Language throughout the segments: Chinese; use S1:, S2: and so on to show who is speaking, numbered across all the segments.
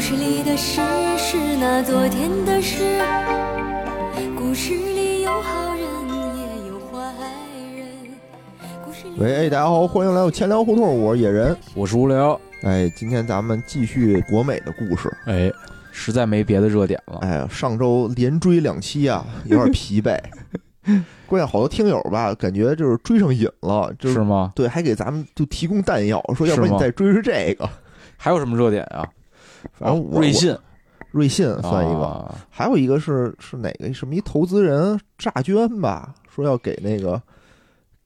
S1: 事里的事是那昨天的事，故事里有好人也有坏人。故事里
S2: 喂，哎，大家好，欢迎来到千聊胡同，我是野人。
S3: 我是无聊，
S2: 哎，今天咱们继续国美的故事。
S3: 哎，实在没别的热点了，
S2: 哎呀，上周连追两期啊，有点疲 惫。关键好多听友吧，感觉就是追上瘾了，就是
S3: 吗？
S2: 对，还给咱们就提供弹药，说要不
S3: 是
S2: 然
S3: 吗
S2: 你再追追这个。
S3: 还有什么热点啊？
S2: 反正我
S3: 瑞信
S2: 我瑞信算一个，
S3: 啊
S2: 还有一个是是哪个什么一投资人诈捐吧，说要给那个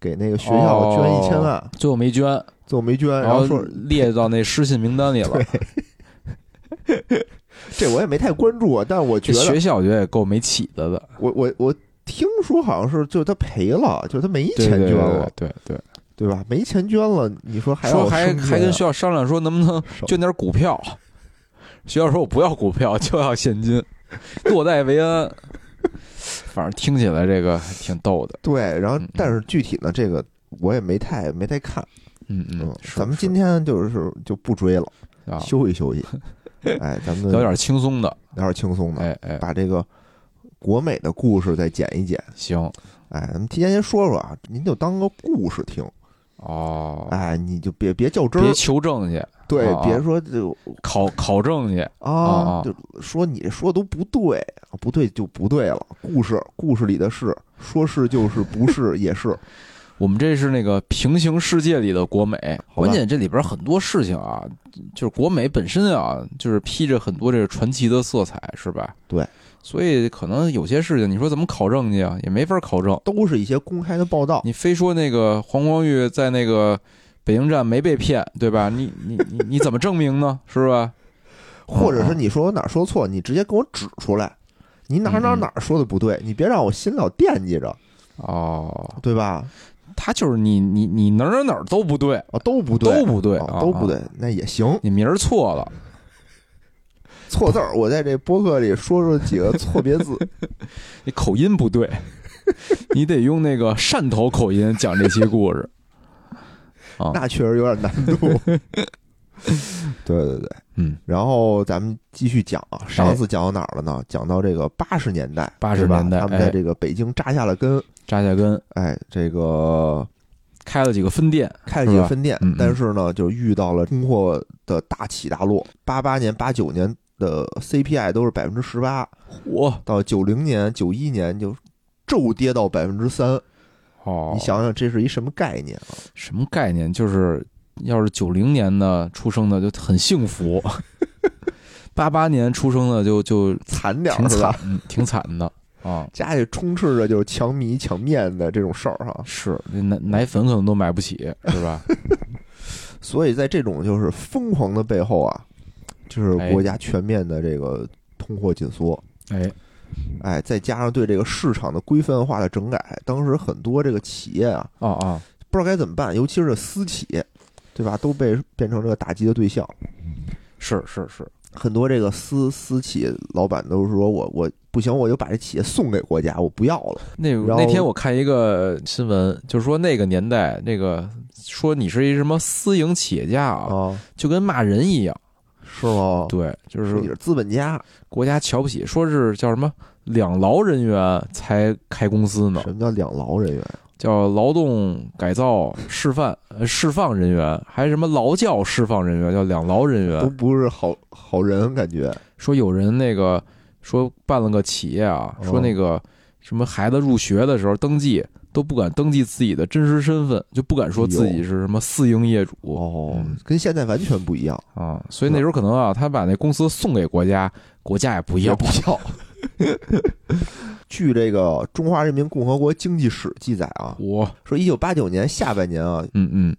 S2: 给那个学校捐
S3: 哦
S2: 一千万，
S3: 最后没捐，
S2: 最后没捐，然
S3: 然
S2: 后
S3: 后
S2: 说
S3: 列到那失信名单里了。
S2: 这我也没太关注啊，但我觉
S3: 这
S2: 得
S3: 学校我觉得也够没起子的，
S2: 我我我听说好像是就他赔了，就他没
S3: 对
S2: 钱捐了，
S3: 对对对
S2: 对
S3: 对
S2: 吧？没钱捐了，你说还
S3: 对，说
S2: 要啊
S3: 还
S2: 生
S3: 还跟
S2: 存
S3: 学校商量说能不能
S2: 啊
S3: 捐点股票，学校说我不要股票，就要现金，落袋为安。反正听起来这个还挺逗的，
S2: 对，然后
S3: 嗯嗯
S2: 但是具体呢，这个我也没太没太看。
S3: 嗯嗯，是
S2: 咱们
S3: 是
S2: 今天就是就不追了，
S3: 啊
S2: 休息 休息。哎，咱们
S3: 聊点轻松的，
S2: 聊点轻松的，
S3: 哎哎，
S2: 把这个国美的故事再剪一剪。
S3: 行
S2: 哎，咱们提前先说说啊，您就当个故事听。
S3: 哦，
S2: 哎，你就别别较真
S3: 别
S2: 儿，
S3: 求证去，
S2: 对
S3: 啊，啊
S2: 别说就
S3: 考考证去。
S2: 啊
S3: 啊，
S2: 就说你说都不对，啊不对就不对了。故事故事里的事，说是就是，不是 也是。
S3: 我们这是那个平行世界里的国美，
S2: 好吧
S3: 关键这里边很多事情啊，就是国美本身啊，就是披着很多这个传奇的色彩，是吧？
S2: 对，
S3: 所以可能有些事情，你说怎么考证去啊，也没法考证。
S2: 都是一些公开的报道。
S3: 你非说那个黄光裕在那个北京站没被骗，对吧？你你你你怎么证明呢？是吧？
S2: 或者是
S3: 嗯
S2: 你说我哪儿说错，你直接给我指出来，你哪儿哪儿
S3: 嗯嗯
S2: 哪儿说的不对，你别让我心老惦记着，
S3: 哦，
S2: 对吧？
S3: 他就是你你你哪儿哪儿哪儿都不对，
S2: 啊，都不对，
S3: 都不对，
S2: 啊
S3: 啊
S2: 都不。对
S3: 啊，
S2: 那也行，
S3: 你名儿错了，
S2: 错字儿。我在这播客里说说几个错别字，
S3: 你口音不对， 你得用那个汕头口音讲这期故事。 啊
S2: 那确实有点 难度。对对对，
S3: 嗯，
S2: 然后咱们继续讲啊，
S3: 哎
S2: 上次讲到哪儿了呢？讲到这个八十年代，
S3: 80
S2: 对吧
S3: 年代
S2: 他们在
S3: 哎
S2: 这个北京扎下了根，
S3: 扎下根，
S2: 哎，这个
S3: 开了几个分店，
S2: 开了几
S3: 是
S2: 个
S3: 吧
S2: 分店
S3: 嗯嗯，
S2: 但是呢，就遇到了通货的大起大落。八八年、八九年的 CPI 都是百分之十八，
S3: 哇
S2: 到九零年、九一年就骤跌到百分之三。
S3: 哦，
S2: 你想想，这是一什么概念啊？
S3: 什么概念？就是要是九零年的出生的就很幸福， 八八年出生的就就
S2: 惨点
S3: 挺
S2: 儿是
S3: 惨
S2: 吧？，
S3: 嗯挺惨的 啊。
S2: 家里充斥着就是抢米抢面的这种事儿哈，
S3: 是，那奶奶粉可能都买不起，是 吧？
S2: 所以在这种就是疯狂的背后啊，就是国家全面的这个通货紧缩，
S3: 哎，
S2: 哎，再加上对这个市场的规范化的整改，当时很多这个企业啊，
S3: 哦哦，
S2: 不知道该怎么办，尤其是私企，对吧，都被变成这个打击的对象。
S3: 是是是，
S2: 很多这个私私企老板都是说我我不行，我就把这企业送给国家，我不要了。
S3: 那
S2: 然后
S3: 那天我看一个新闻，就是说那个年代，那个说你是一什么私营企业家啊，
S2: 啊，
S3: 就跟骂人一样。
S2: 是吗？
S3: 对，就
S2: 说你
S3: 是
S2: 是资本家，
S3: 国家瞧不起，说是叫什么两劳人员才开公司呢
S2: 什，么叫两劳人员？
S3: 叫劳动改造示范呃释放人员，还是什么劳教释放人员，叫两劳人
S2: 都
S3: 员。
S2: 不是好好人，感觉
S3: 说有人那个说办了个企业啊，
S2: 哦
S3: 说那个什么孩子入学的时候登记都不敢登记自己的真实身份，就不敢说自己是什么私营业主。
S2: 哦
S3: 嗯，
S2: 跟现在完全不一样。
S3: 啊，所以那时候可能啊，他把那公司送给国家，国家也不要
S2: 也不要。 据这个《中华人民共和国经济史》记载啊，
S3: 我，
S2: 说一九八九年下半年啊，
S3: 嗯嗯，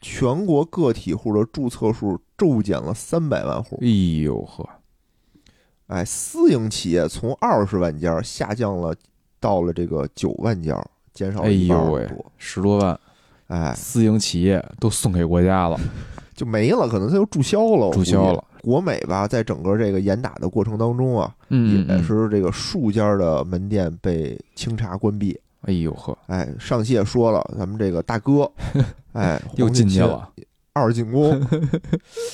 S2: 全国个体户的注册数骤减了三百万户，
S3: 哎呦呵，
S2: 哎，私营企业从二十万家下降了到了这个九万家，减少了
S3: 哎
S2: 一
S3: 呦
S2: 半儿
S3: 喂
S2: 多，
S3: 十多万
S2: 哎，
S3: 私营企业都送给国家了，
S2: 就没了，可能它就注销了，我
S3: 注销
S2: 估计
S3: 了。
S2: 国美吧，在整个这个严打的过程当中啊，
S3: 嗯，
S2: 也
S3: 嗯，嗯
S2: 是这个数家的门店被清查关闭，
S3: 哎呦呵，
S2: 哎，上期也说了，咱们这个大 哥，哎，
S3: 又
S2: 黄俊
S3: 进去
S2: 钦
S3: 了，
S2: 二进宫。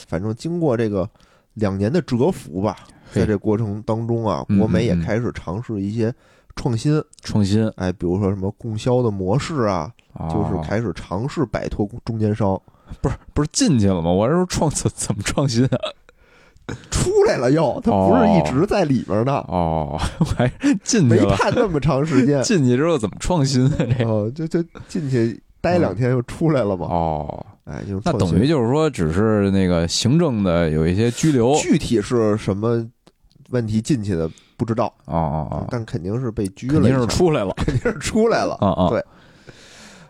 S2: 反正经过这个两年的蛰伏吧，
S3: 嘿
S2: 在这过程当中啊，
S3: 嗯
S2: 国美也
S3: 嗯嗯
S2: 开始尝试一些创新，
S3: 创新
S2: 哎，比如说什么供销的模式啊，
S3: 啊，
S2: 就是开始尝试摆脱中间商，
S3: 不是不是进去了吗？我这是创怎怎么创新啊？
S2: 出来了又，它不是一直在里边呢，
S3: 哦，我还进去
S2: 没
S3: 了，，
S2: 盼那么长时 间
S3: 进去之后怎么创新啊？这个
S2: 哦，就就进去待两天又出来了嘛，
S3: 嗯哦，
S2: 哎，就是
S3: 那
S2: 创
S3: 等
S2: 新
S3: 于就是说，只是那个行政的有一些拘留，哦
S2: 具体是什么问题进去的不知道，
S3: 哦哦，
S2: 但肯定是被拘
S3: 肯
S2: 了一下，
S3: 定是出来了，
S2: 肯定是 出来了，
S3: 啊啊，
S2: 对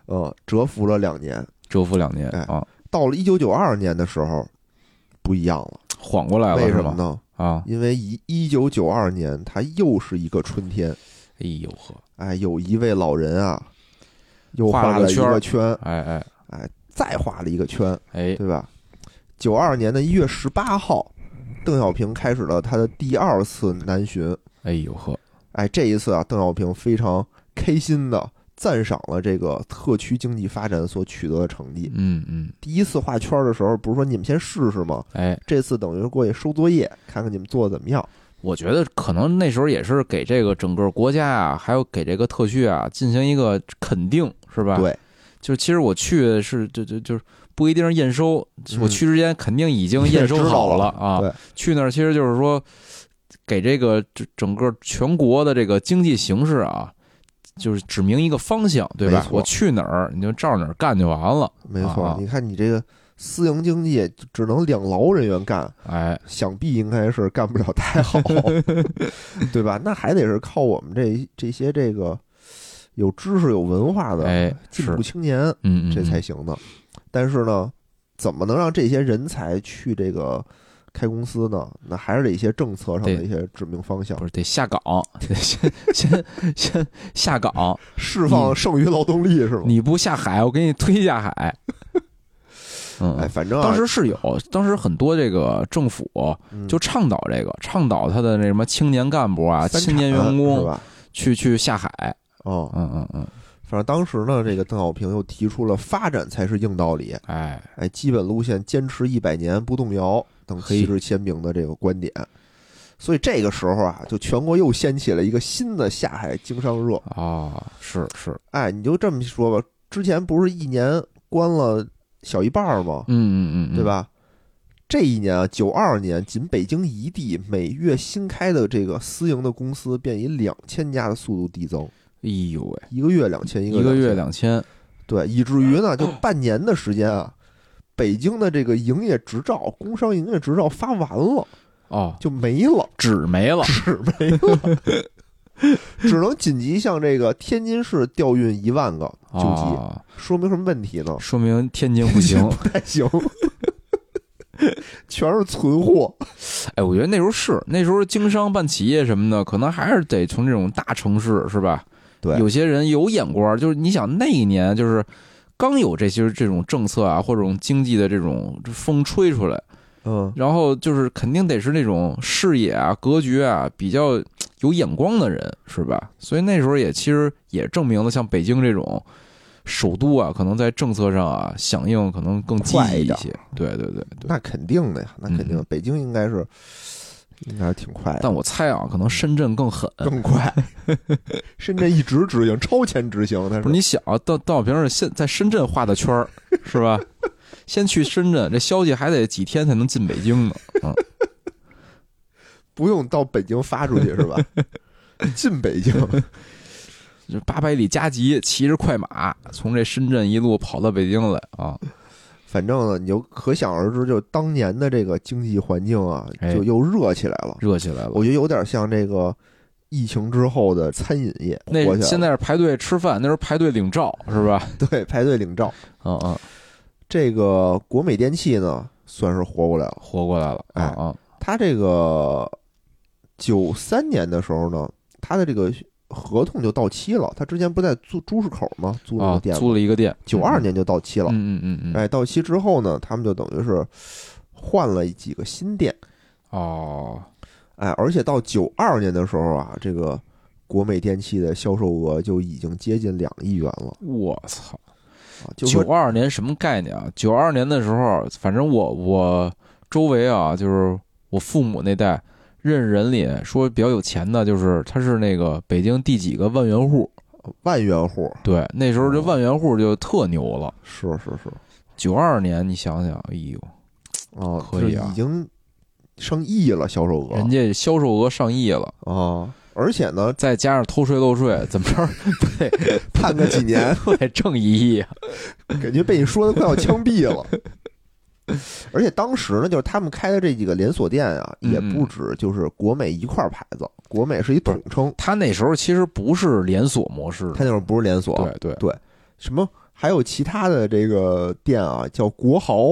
S2: 嗯，蛰伏了两年，
S3: 蛰伏两年
S2: 哎
S3: 啊，
S2: 到了一九九二年的时候。不一样了，
S3: 缓过来了
S2: 为
S3: 是
S2: 什么
S3: 吗？
S2: 呢？
S3: 啊，
S2: 因为一一九九二年，它又是一个春天。
S3: 哎呦呵，
S2: 哎，有一位老人啊，又
S3: 画了
S2: 画
S3: 个
S2: 了一
S3: 圈儿
S2: 个圈，
S3: 哎哎
S2: 再画了一个圈，
S3: 哎，
S2: 对吧？九二年的一月十八号，邓小平开始了他的第二次南巡。
S3: 哎呦呵，
S2: 哎，这一次啊，邓小平非常开心的赞赏了这个特区经济发展所取得的成绩。
S3: 嗯嗯，
S2: 第一次画圈儿的时候，不是说你们先试试吗？
S3: 哎，
S2: 这次等于是过去收作业，看看你们做的怎么样。
S3: 我觉得可能那时候也是给这个整个国家啊，还有给这个特区啊进行一个肯定，是吧？，
S2: 对，
S3: 就是其实我去是就就就是不一定是验收，
S2: 嗯
S3: 我去之前肯定已经验收好了啊。
S2: 对
S3: 去那儿其实就是说给这个整整个全国的这个经济形势啊。就是指明一个方向，对
S2: 没
S3: 吧？
S2: 错
S3: 我去哪儿，你就照哪儿干就完了。
S2: 嗯没错。
S3: 啊
S2: 你看你这个私营经济只能两劳人员干，
S3: 哎，
S2: 想必应该是干不了太好， 对吧？那还得是靠我们这这些这个有知识、有文化的
S3: 哎
S2: 进
S3: 是
S2: 步青年，
S3: 嗯嗯，
S2: 这才
S3: 嗯
S2: 行的。但是呢，怎么能让这些人才去这个开公司呢？那还是得一些政策上的
S3: 对
S2: 一些指明方向
S3: 不，是得下岗，得先先先下岗，
S2: 释放剩余劳动力是吗？
S3: 你不下海，我给你推下海。
S2: 哎，
S3: 嗯，
S2: 反正啊
S3: 当时是有，当时很多这个政府
S2: 嗯
S3: 就倡导这个，倡导他的那什么青年干部啊、
S2: 三
S3: 青年
S2: 产
S3: 员
S2: 是
S3: 工
S2: 吧？
S3: 去去下海。
S2: 哦，
S3: 嗯嗯嗯，
S2: 反正当时呢，这个邓小平又提出了发展才是硬道理，
S3: 哎，
S2: 哎，基本路线坚持一百年不动摇等
S3: 嘿
S2: 旗帜鲜明的这个观点。所以这个时候啊，就全国又掀起了一个新的下海经商热。
S3: 哦，是是，
S2: 哎，你就这么说吧，之前不是一年关了小一半儿吗？
S3: 嗯嗯嗯，嗯
S2: 对？吧？这一年啊，九二年，仅北京一地每月新开的这个私营的公司便以两千家的速度递增，
S3: 哎呦喂，
S2: 一个月两千，
S3: 一
S2: 个
S3: 个月
S2: 2000
S3: 两千，
S2: 对，以至于呢，就半年的时间啊，北京的这个营业执照、工商营业执照发完了，
S3: 哦，
S2: 就没了，
S3: 纸没了，
S2: 纸没了，只能紧急向这个天津市调运一万个 救济，
S3: 哦，
S2: 说明什么问题呢？
S3: 说明天津不 行。
S2: 不太行，全是存货。
S3: 哎，我觉得那时候是那时候经商办企业什么的，可能还是得从这种大城市是吧？
S2: 对
S3: 有些人有眼光，就是你想那一年就是刚有这些这种政策啊，或者这种经济的这种风吹出来，
S2: 嗯，
S3: 然后就是肯定得是那种视野啊、格局啊比较有眼光的人，是吧？所以那时候也其实也证明了，像北京这种首都啊，可能在政策上啊响应可能更积
S2: 快一
S3: 极一
S2: 点
S3: 些。对对对对。
S2: 那肯定的呀，那肯定，
S3: 嗯
S2: 北京应该是应该是挺快的，
S3: 但我猜啊，可能深圳更狠，
S2: 更快。深圳一直执行，超前执行，但
S3: 不是你想啊，邓邓小平是现在深圳画的圈儿，是吧？ 先去深圳，这消息还得几天才能进北京呢。
S2: 不用到北京发出去是吧？ 进北京，
S3: 就八百里加急，骑着快马从这深圳一路跑到北京来啊！
S2: 反正呢，你就可想而知，就当年的这个经济环境啊，
S3: 哎
S2: 就又热起来了。
S3: 热起来了。
S2: 我觉得有点像这个疫情之后的餐饮业火起来
S3: 那
S2: 了。
S3: 现在是排队吃饭，那时候排队领照是吧？
S2: 对排队领照，
S3: 嗯嗯，
S2: 这个国美电器呢，算是活过来了。
S3: 活过来了。
S2: 哎
S3: 啊啊，
S2: 它这个九三年的时候呢，它的这个合同就到期了。它之前不在租朱市口吗？租了
S3: 啊
S2: 个店吗，
S3: 租了一个店，
S2: 九二年就到期了。
S3: 嗯。嗯嗯嗯嗯。
S2: 哎，到期之后呢，他们就等于是换了几个新店。
S3: 哦，
S2: 哎，而且到九二年的时候啊，这个国美电器的销售额就已经接近两亿元了
S3: 我操！
S2: 啊！就
S3: 九
S2: 说
S3: 二年什么概念啊？九二年的时候，反正我我周围啊，就是我我父母那代认人里说比较有钱的，就是他是那个北京第几个万元户，
S2: 万元户
S3: 对，那时候这
S2: 哦
S3: 万元户就特牛了。
S2: 是是是，
S3: 九二年，你想想，哎呦，
S2: 啊，
S3: 可以啊
S2: 就是已经上亿了销售额，
S3: 人家销售额上亿了，
S2: 啊，而且呢，
S3: 再加上偷税漏税，怎么着
S2: 判个几年，
S3: 都得挣一亿啊。
S2: 感觉被你说的快要枪毙 了。而且当时呢，就是他们开的这几个连锁店啊，
S3: 嗯
S2: 也不止就是国美一块牌子，国美是一统称，
S3: 他那时候其实不是连锁模式的，
S2: 它那会儿不是连锁，
S3: 对对，
S2: 啊什么还有其他的这个店啊，叫国豪、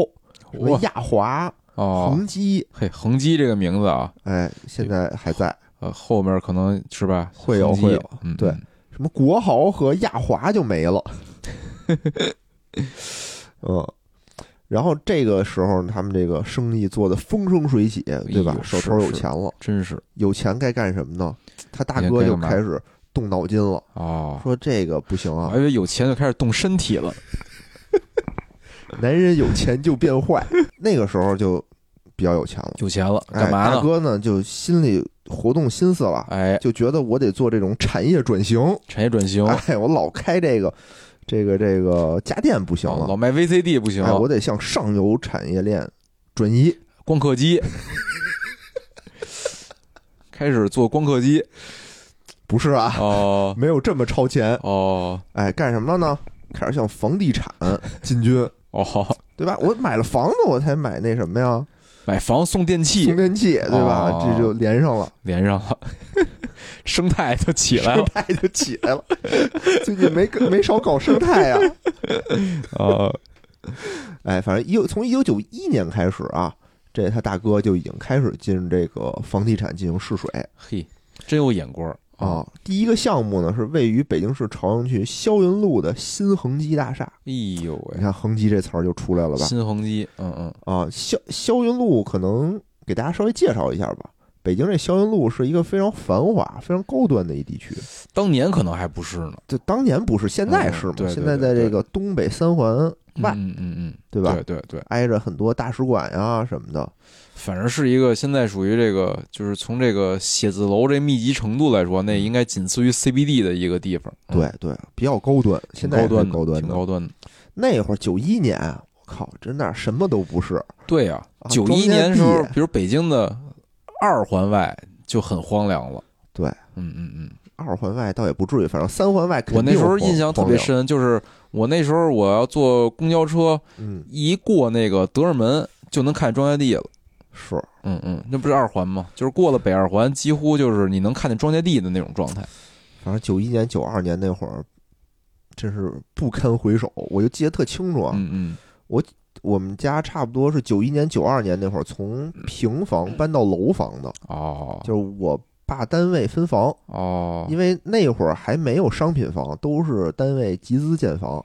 S2: 什么
S3: 哇
S2: 亚华、
S3: 哦，
S2: 宏基，
S3: 嘿，恒基这个名字啊，
S2: 哎，现在还在。
S3: 呃，后面可能是吧，
S2: 会有
S3: 恒基
S2: 会有，
S3: 嗯，
S2: 对
S3: 嗯，
S2: 什么国豪和亚华就没 了。嗯，然后这个时候他们这个生意做得风生水起，对吧
S3: 哎？呦
S2: 手头
S3: 是
S2: 有钱了，
S3: 真是
S2: 有钱该干什么呢？他大
S3: 也
S2: 哥
S3: 该
S2: 就
S3: 干嘛
S2: 开始动脑筋了，
S3: 哦，
S2: 说这个不行
S3: 我
S2: 啊
S3: 还，以为有钱就开始动身体了，
S2: 男人有钱就变坏。 那个时候就比较有钱了，
S3: 有钱了
S2: 哎
S3: 干嘛
S2: 大
S3: 呢？
S2: 哥呢就心里活动心思了，
S3: 哎，
S2: 就觉得我得做这种产业转型，
S3: 产业转型，
S2: 哎，我老开这个这个这个家电不行了
S3: 哦老。卖 VCD 不行，
S2: 哎，我得向上游产业链转移。
S3: 光刻 机，开始做光刻机，
S2: 不是啊，
S3: 哦
S2: 没有这么超前。
S3: 哦
S2: 哎，干什么了呢？开始向房地产进军，
S3: 哦，
S2: 对吧？我买了房子，我才买那什么呀，
S3: 买房送电器
S2: 充电器，对吧？
S3: 哦
S2: 这就连上了，
S3: 连上了， 生态就起来
S2: 生
S3: 了
S2: 态就起来了。 最近没没少搞生态 呀、
S3: 啊，
S2: 哎，反正一九从一九九一年开始啊，这他大哥就已经开始进这个房地产进行试水
S3: 嘿，真有眼光儿
S2: 啊、！第一个项目呢是位于北京市朝阳区霄云路的新恒基大厦。
S3: 哎呦
S2: 你
S3: 喂，
S2: 看“恒基”这词儿就出来了吧？
S3: 新恒基，嗯嗯，
S2: 啊，霄霄云路可能给大家稍微介绍一下吧。北京这霄云路是一个非常繁华、非常高端的一地区。
S3: 当年可能还不是呢，
S2: 这当年不是，现在
S3: 嗯
S2: 是嘛？
S3: 对对
S2: 现在在这个东北三环外，
S3: 嗯嗯嗯，
S2: 对吧
S3: 对对对，
S2: 挨着很多大使馆呀、什么的。
S3: 反正是一个现在属于这个，就是从这个写字楼这密集程度来说，那应该仅次于 CBD 的一个地方。嗯，
S2: 对对，比较高端，现
S3: 挺
S2: 在
S3: 高
S2: 也
S3: 端
S2: 是
S3: 的，
S2: 高端
S3: 挺
S2: 的。
S3: 高端的。
S2: 那会儿九一年，我靠，真的什么都不是。
S3: 对呀、
S2: 啊
S3: 九一年的时候
S2: 中间，地
S3: 比如北京的二环外就很荒凉了。
S2: 对，
S3: 嗯嗯嗯，
S2: 二环外倒也不至于，反正三环外肯定
S3: 我那时候
S2: 荒
S3: 印象特别，
S2: 荒
S3: 深，就是我那时候我要坐公交车，
S2: 凉嗯，
S3: 一过那个德胜门就能看见庄稼地了。
S2: 是。
S3: 嗯嗯，那不是二环吗？就是过了北二环，几乎就是你能看见庄稼地的那种状态。
S2: 反正九一年、九二年那会儿，真是不堪回首。我就记得特清楚啊，
S3: 嗯嗯，
S2: 我们家差不多是九一年、九二年那会儿从平房搬到楼房的，
S3: 哦
S2: 就是我爸单位分房，
S3: 哦，
S2: 因为那会儿还没有商品房，都是单位集资建房。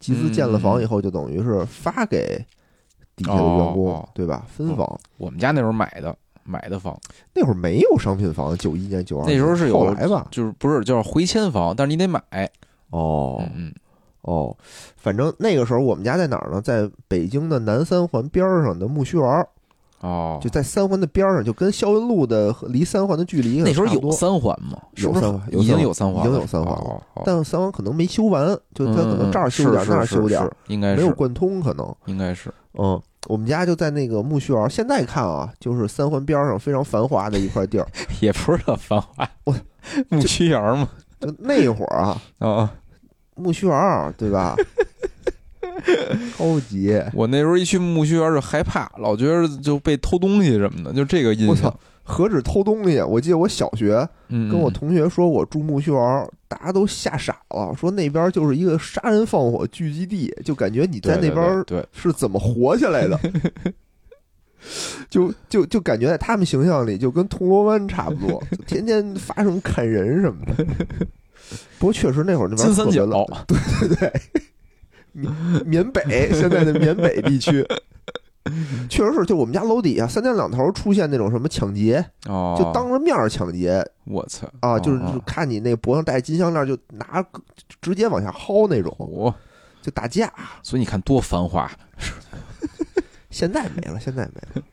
S2: 集资建了
S3: 嗯
S2: 房以后，就等于是发给底下的员
S3: 哦
S2: 工
S3: 哦，
S2: 对吧？分房
S3: 我们家那时候买的买的房，
S2: 那会儿没有商品房，九一年、九二
S3: 那时候是有
S2: 后来吧？
S3: 就是不是叫回迁房，但是你得买。
S2: 哦
S3: 嗯，
S2: 哦，反正那个时候我们家在哪儿呢？在北京的南三环边儿上的木樨园儿，
S3: 哦
S2: 就，在三环的边儿上，就跟霄云路的和离三环的距离
S3: 那时候
S2: 差不
S3: 有
S2: 多
S3: 三环吗？是
S2: 有
S3: 不是
S2: 三环有
S3: 已经
S2: 三
S3: 有
S2: 环
S3: 三环
S2: 已经
S3: 了，
S2: 有三环
S3: 哦，哦
S2: 但三环可能没修完，就它可能这儿修点儿，那儿修点，儿，
S3: 嗯嗯嗯是是是是应该
S2: 没有
S3: 是，
S2: 贯通可能。
S3: 应该是
S2: 嗯，我们家就在那个木樨园儿，现在看啊，就是三环边儿上非常繁华的一块地儿。
S3: 也不是很繁华。
S2: 我
S3: 木须园嘛，
S2: 就那会儿啊，
S3: 啊啊！
S2: 木樨园儿啊对 吧？高级，
S3: 我那时候一去木须园就害怕，老觉得就被偷东西什么的，就这个印
S2: 我
S3: 象
S2: 操。，何止偷东西？我记得我小学
S3: 嗯，嗯
S2: 跟我
S3: 嗯
S2: 同学说我住木樨园儿，大家都吓傻了，说那边儿就是一个杀人放火聚集地，就感觉你
S3: 对
S2: 在那
S3: 对
S2: 边儿
S3: 对，对
S2: 是怎么活下来 的。就就就感觉在他们形象里，就跟铜锣湾差不 多，就天天发生砍人什么的。不过确实那会儿那边
S3: 金
S2: 儿特
S3: 三
S2: 别
S3: 角
S2: 冷，对对对，缅北现在的缅北地 区，确实是，就我们家楼底下三天两头出现那种什么抢劫，
S3: 哦，
S2: 就当着面儿抢劫，
S3: 我操
S2: 啊，就是
S3: 哦
S2: 就
S3: 哦
S2: 看你那脖上戴金项链，就拿就直接往下薅那种，
S3: 我，
S2: 就打架。
S3: 所以你看多繁华，
S2: 现在没了，现在没了。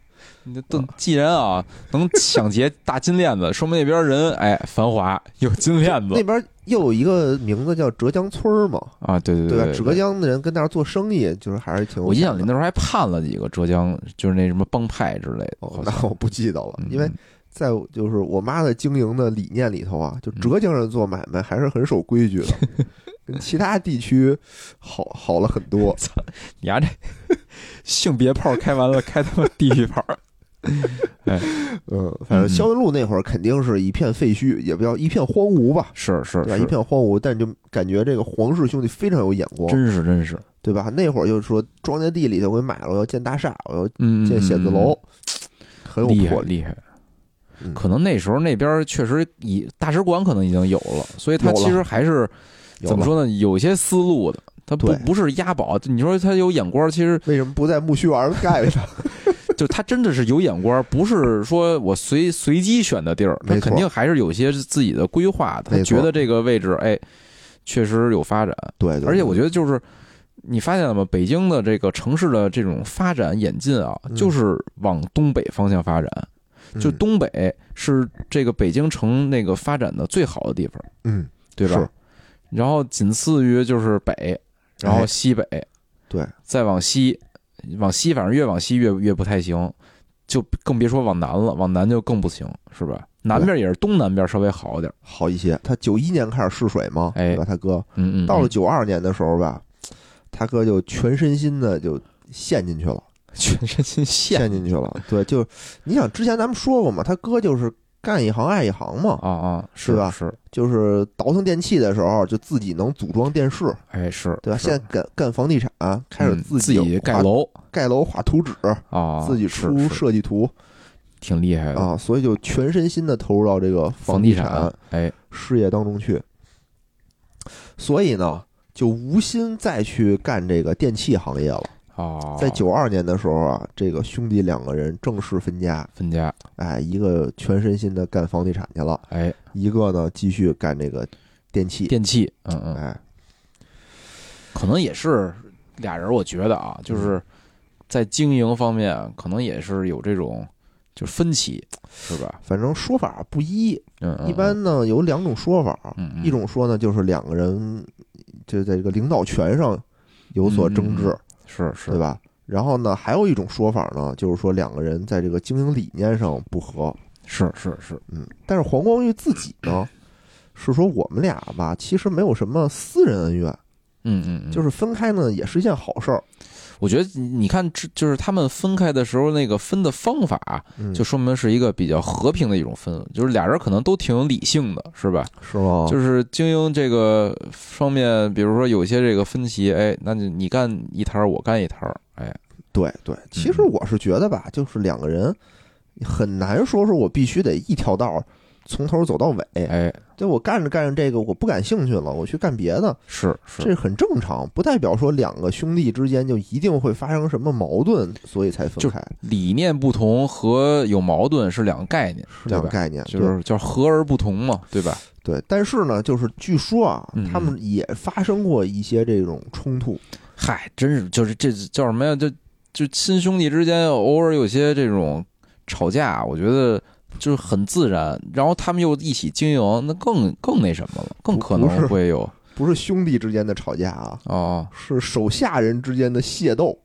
S3: 你这都既然啊能抢劫大金链子，说明那边人哎繁华有金链
S2: 那
S3: 子
S2: 边又有一个名字叫浙江村儿嘛，
S3: 啊，对对
S2: 对吧？
S3: 对，
S2: 浙江的人跟那儿做生意，就是还是挺有
S3: 我印
S2: 钱
S3: 象里
S2: 的
S3: 那时候还判了几个浙江，就是那什么帮派之类的，
S2: 哦
S3: 好，像
S2: 那我不记得了，因为
S3: 嗯
S2: 在我就是我妈的经营的理念里头啊，就
S3: 嗯
S2: 浙江人做买卖还是很守规 矩的，跟其他地区好好了很多。
S3: 你丫、这性别炮开完了，开他妈地狱炮，
S2: 啊嗯，反正肖恩路那会儿肯定是一片废墟，也不叫一片荒芜吧，
S3: 是是
S2: 对吧？
S3: 是，
S2: 一片荒芜，但就感觉这个黄氏兄弟非常有眼光，
S3: 真是真是，
S2: 对吧？那会儿就说庄稼地里头我买了，我要建大厦，我要
S3: 嗯，
S2: 建写字楼，很有
S3: 厉害
S2: 魄力。
S3: 厉害
S2: 嗯。
S3: 可能那时候那边确实已大使馆可能已经有了，所以他
S2: 有了
S3: 其实还是
S2: 有
S3: 怎
S2: 了？
S3: 么说呢？有些思路的，他不
S2: 对
S3: 不是押宝。你说他有眼光，其实
S2: 为什么不在木须园盖 上？
S3: 就他真的是有眼光，不是说我随随机选的地儿，他
S2: 没错
S3: 肯定还是有些自己的规划的。
S2: 没
S3: 他
S2: 错
S3: 觉得这个位置，哎，确实有发展。
S2: 对对对，
S3: 而且我觉得就是你发现了吗？北京的这个城市的这种发展演进啊，
S2: 嗯
S3: 就是往东北方向发展。
S2: 嗯
S3: 就东北是这个北京城那个发展的最好的地方，
S2: 嗯，
S3: 对吧
S2: 是？
S3: 然后仅次于就是北，然后
S2: 哎
S3: 西北，
S2: 对，
S3: 再往西，往西反正越往西越越不太行，就更别说往南了，往南就更不行，是吧？南边也是东南边稍微好点儿，
S2: 好一些。他九一年开始试水嘛，
S3: 哎
S2: 对吧？他哥
S3: 嗯嗯，
S2: 到了
S3: 嗯
S2: 九二年的时候吧，他哥就全身心的就陷进去了，
S3: 全身心陷
S2: 陷进去了。对，就你想之前咱们说过嘛，他哥就是干一行爱一行嘛，
S3: 啊啊，是
S2: 对吧
S3: 是，
S2: 就是倒腾电器的时候就自己能组装电视，
S3: 哎是，
S2: 对吧？
S3: 是
S2: 现在干干房地产，啊开始
S3: 嗯
S2: 自
S3: 自己盖
S2: 画、
S3: 楼
S2: 盖楼、画图纸，
S3: 啊，
S2: 自己
S3: 是
S2: 出
S3: 是
S2: 设计图
S3: 挺厉害的，
S2: 啊，所以就全身心的投入到这个
S3: 房
S2: 地
S3: 产，哎，
S2: 事业当中去。所以呢，就无心再去干这个电器行业了。
S3: 哦，
S2: 在九二年的时候啊，这个兄弟两个人正式分家，
S3: 分家，
S2: 哎，一个全身心的干房地产去了，
S3: 哎，
S2: 一个呢继续干这个电器。
S3: 电器，嗯嗯，
S2: 哎，
S3: 可能也是俩人，我觉得啊，就是在经营方面，可能也是有这种就分歧，是吧？
S2: 反正说法不一，
S3: 嗯，嗯
S2: 一般呢有两种说法，
S3: 嗯嗯
S2: 一种说呢就是两个人就在这个领导权上有所争
S3: 嗯
S2: 执，
S3: 是是
S2: 对吧？然后呢，还有一种说法呢，就是说两个人在这个经营理念上不合，
S3: 是是是，
S2: 嗯，但是黄光裕自己呢，是说我们俩吧，其实没有什么私人恩怨，
S3: 嗯嗯，嗯
S2: 就是分开呢也是一件好事儿。
S3: 我觉得你你看，这就是他们分开的时候那个分的方法，
S2: 嗯
S3: 就说明是一个比较和平的一种分，就是俩人可能都挺理性的，是吧？
S2: 是吗？
S3: 就是经营这个方面，比如说有些这个分歧，哎，那就你干一摊儿，我干一摊儿，哎，
S2: 对对，其
S3: 嗯
S2: 实我是觉得吧，就是两个人很难说是我必须得一条道儿从头走到尾。
S3: 哎，
S2: 就我干着干着这个我不感兴趣了，我去干别的，
S3: 是是，
S2: 这很正常，不代表说两个兄弟之间就一定会发生什么矛盾，所以才分
S3: 就
S2: 开，
S3: 理念不同和有矛盾是两个概念，
S2: 是
S3: 对
S2: 两
S3: 吧
S2: 个？概念。
S3: 就
S2: 对
S3: 是叫和而不同嘛，对吧？
S2: 对，但是呢，就是据说啊
S3: 嗯，
S2: 他们也发生过一些这种冲突。
S3: 嗨，真是就是这叫什么呀？就就亲兄弟之间偶尔有些这种吵架，我觉得就是很自然。然后他们又一起经营，那更更那什么了，更可
S2: 不是
S3: 能会有
S2: 不是兄弟之间的吵架啊，
S3: 哦，
S2: 是手下人之间的械 斗。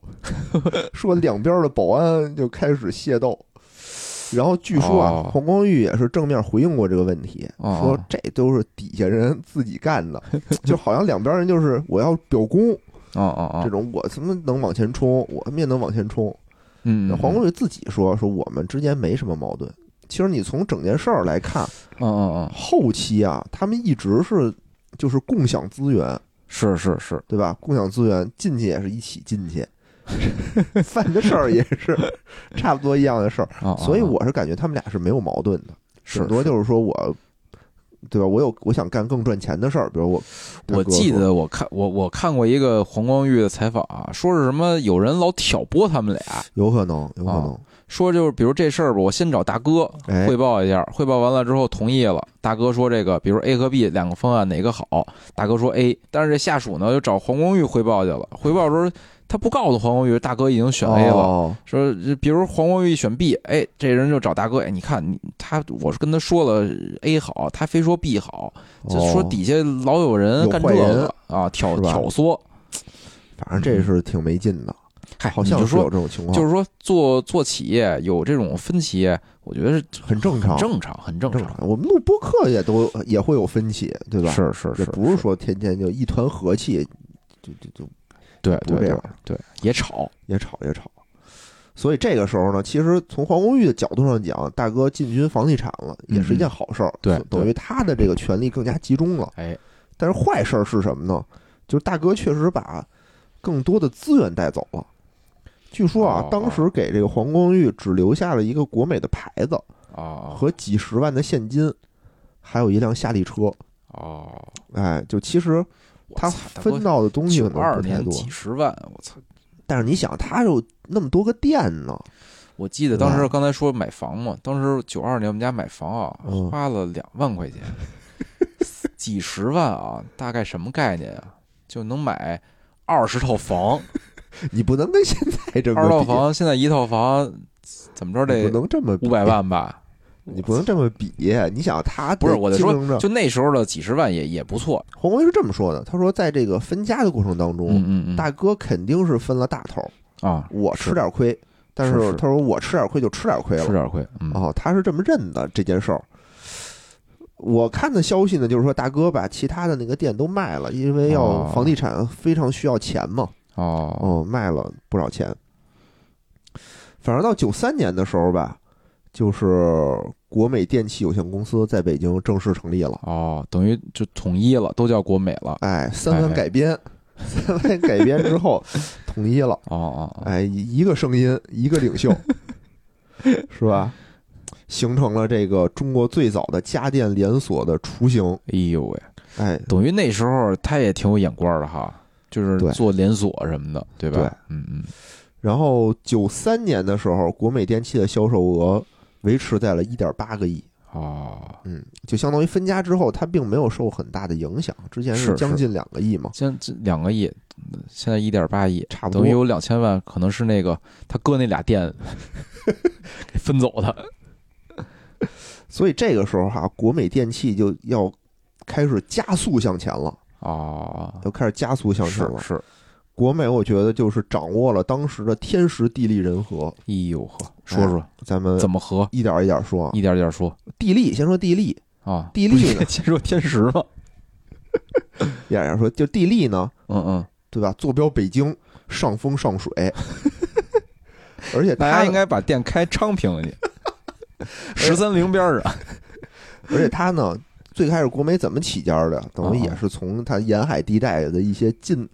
S2: 说两边的保安就开始械斗，然后据说啊，
S3: 哦
S2: 黄光裕也是正面回应过这个问题，
S3: 哦
S2: 说这都是底下人自己干 的，就好像两边人就是我要表功
S3: 哦哦
S2: 这
S3: 哦，
S2: 种，我他妈能往前冲，我他妈也能往前冲。
S3: 嗯，
S2: 那
S3: 嗯
S2: 黄光裕自己说说我们之间没什么矛盾。其实你从整件事儿来看，
S3: 嗯嗯嗯，
S2: 后期啊，他们一直是就是共享资源，
S3: 是是是，哦
S2: 对吧？共享资源进去也是一起进去， 犯的事儿也是差不多一样的事儿，
S3: 哦哦
S2: 所以
S3: 哦
S2: 我是感觉他们俩是没有矛盾的，
S3: 是
S2: 顶多
S3: 是
S2: 就是说我，对吧？我有我想干更赚钱的事儿，比如我，大
S3: 我
S2: 哥
S3: 记
S2: 说
S3: 得我看我我看过一个黄光裕的采访啊，说是什么有人老挑拨他们俩，
S2: 有可能，有可能，
S3: 哦说就是比如这事儿吧，我先找大哥
S2: 哎
S3: 汇报一下，汇报完了之后同意了，大哥说这个，比如 A 和 B 两个方案哪个好，大哥说 A，但是这下属呢就找黄光裕汇报去了，汇报的时候他不告诉黄国瑜，大哥已经选 A 了。
S2: 哦
S3: 说，比如黄国瑜选 B，哎，这人就找大哥，哎，你看你他，我是跟他说了 A 好，他非说 B 好，就说
S2: 哦
S3: 底下老有人
S2: 有
S3: 干这
S2: 坏人
S3: 个啊，挑
S2: 是吧
S3: 挑唆。
S2: 反正这是挺没劲的，
S3: 嗨，
S2: 好
S3: 嗯你
S2: 像
S3: 就是
S2: 有
S3: 说，
S2: 这种情况，
S3: 就是说做做企业有这种分歧，我觉得是
S2: 很正常，
S3: 正常，很正
S2: 啊正常。我们录播客也都也会有分歧，对吧？
S3: 是是
S2: 也
S3: 是，
S2: 不是说天天就一团和气，就就就
S3: 对
S2: 不
S3: 对
S2: 这样
S3: 对，对，也吵，
S2: 也吵也吵。所以这个时候呢，其实从黄光裕的角度上讲，大哥进军房地产了，也是一件好事儿、
S3: 嗯对
S2: 等于他的这个权力更加集中了。
S3: 哎，
S2: 但是坏事儿是什么呢？就是大哥确实把更多的资源带走了。据说啊
S3: 哦，
S2: 当时给这个黄光裕只留下了一个国美的牌子
S3: 哦
S2: 和几十万的现金，还有一辆夏利车。
S3: 哦，
S2: 哎，就其实
S3: 我
S2: 他
S3: 操大哥
S2: 分到的东西
S3: 九
S2: 可能
S3: 二
S2: 不太
S3: 年
S2: 多，
S3: 几十万，我操！
S2: 但是你想，他有那么多个店呢，
S3: 我记得
S2: 对吧
S3: 当时刚才说买房嘛，当时九二年我们家买房啊，
S2: 嗯
S3: 花了两万块钱，几十万啊，大概什么概念啊？就能买二十套房，
S2: 你不能跟现在这么
S3: 二十套
S2: 比
S3: 房现在一套房怎么着
S2: 你
S3: 得
S2: 不能这么比
S3: 五百，万吧？
S2: 你不能这么比。你想他
S3: 不是，我
S2: 在
S3: 就说，就那时候的几十万也也不错。
S2: 黄光裕是这么说的，他说在这个分家的过程当中，
S3: 嗯嗯
S2: 大哥肯定是分了大头，
S3: 嗯啊，
S2: 我吃点亏，但
S3: 是是
S2: 他说我吃点亏就吃点亏了，
S3: 吃点亏，嗯
S2: 哦，他是这么认的这件事儿。我看的消息呢，就是说大哥把其他的那个店都卖了，因为要
S3: 哦
S2: 房地产非常需要钱嘛，
S3: 哦
S2: 哦，卖了不少钱。反正到九三年的时候吧，就是国美电器有限公司在北京正式成立了。
S3: 哦，等于就统一了，都叫国美了。
S2: 哎，三湾
S3: 哎
S2: 改编，三湾改编之后统一 了。
S3: 哦哦，哦
S2: 哎，一一个声音，一个领袖，是吧？形成了这个中国最早的家电连锁的雏形。
S3: 哎呦喂，
S2: 哎，
S3: 等于那时候他也挺有眼光的哈，就是
S2: 对
S3: 做连锁什么的，对吧？
S2: 对
S3: 嗯嗯，
S2: 然后九三年的时候，国美电器的销售额维持在了一点八个亿。
S3: 哦，
S2: 嗯，就相当于分家之后，它并没有受很大的影响。之前
S3: 是是
S2: 将近两个亿嘛，
S3: 现这两个亿，嗯现在一点八亿，
S2: 差不
S3: 等于
S2: 多。
S3: 有两千万，可能是那个他哥那俩店 给分走的。
S2: 所以这个时候哈、国美电器就要开始加速向前了，
S3: 哦，
S2: 要开始加速向前
S3: 是
S2: 了。
S3: 是，
S2: 国美，我觉得就是掌握了当时的天时地利人和。
S3: 哎呦呵，说说、
S2: 咱们
S3: 怎么合，
S2: 一点一点说啊。
S3: 一点点说
S2: 地利，先说地利，
S3: 啊。，
S2: 地利呢
S3: 先说天时嘛，
S2: 一点一点说，就地利呢，
S3: 嗯嗯，
S2: 对吧？坐标北京，上风上 水，而且
S3: 大家
S2: 它
S3: 应该把店开昌平 去，十三陵边
S2: 啊
S3: 儿上。
S2: 而且它呢，最开始国美怎么起家的？等于
S3: 啊
S2: 也是从它沿海地带的一些近，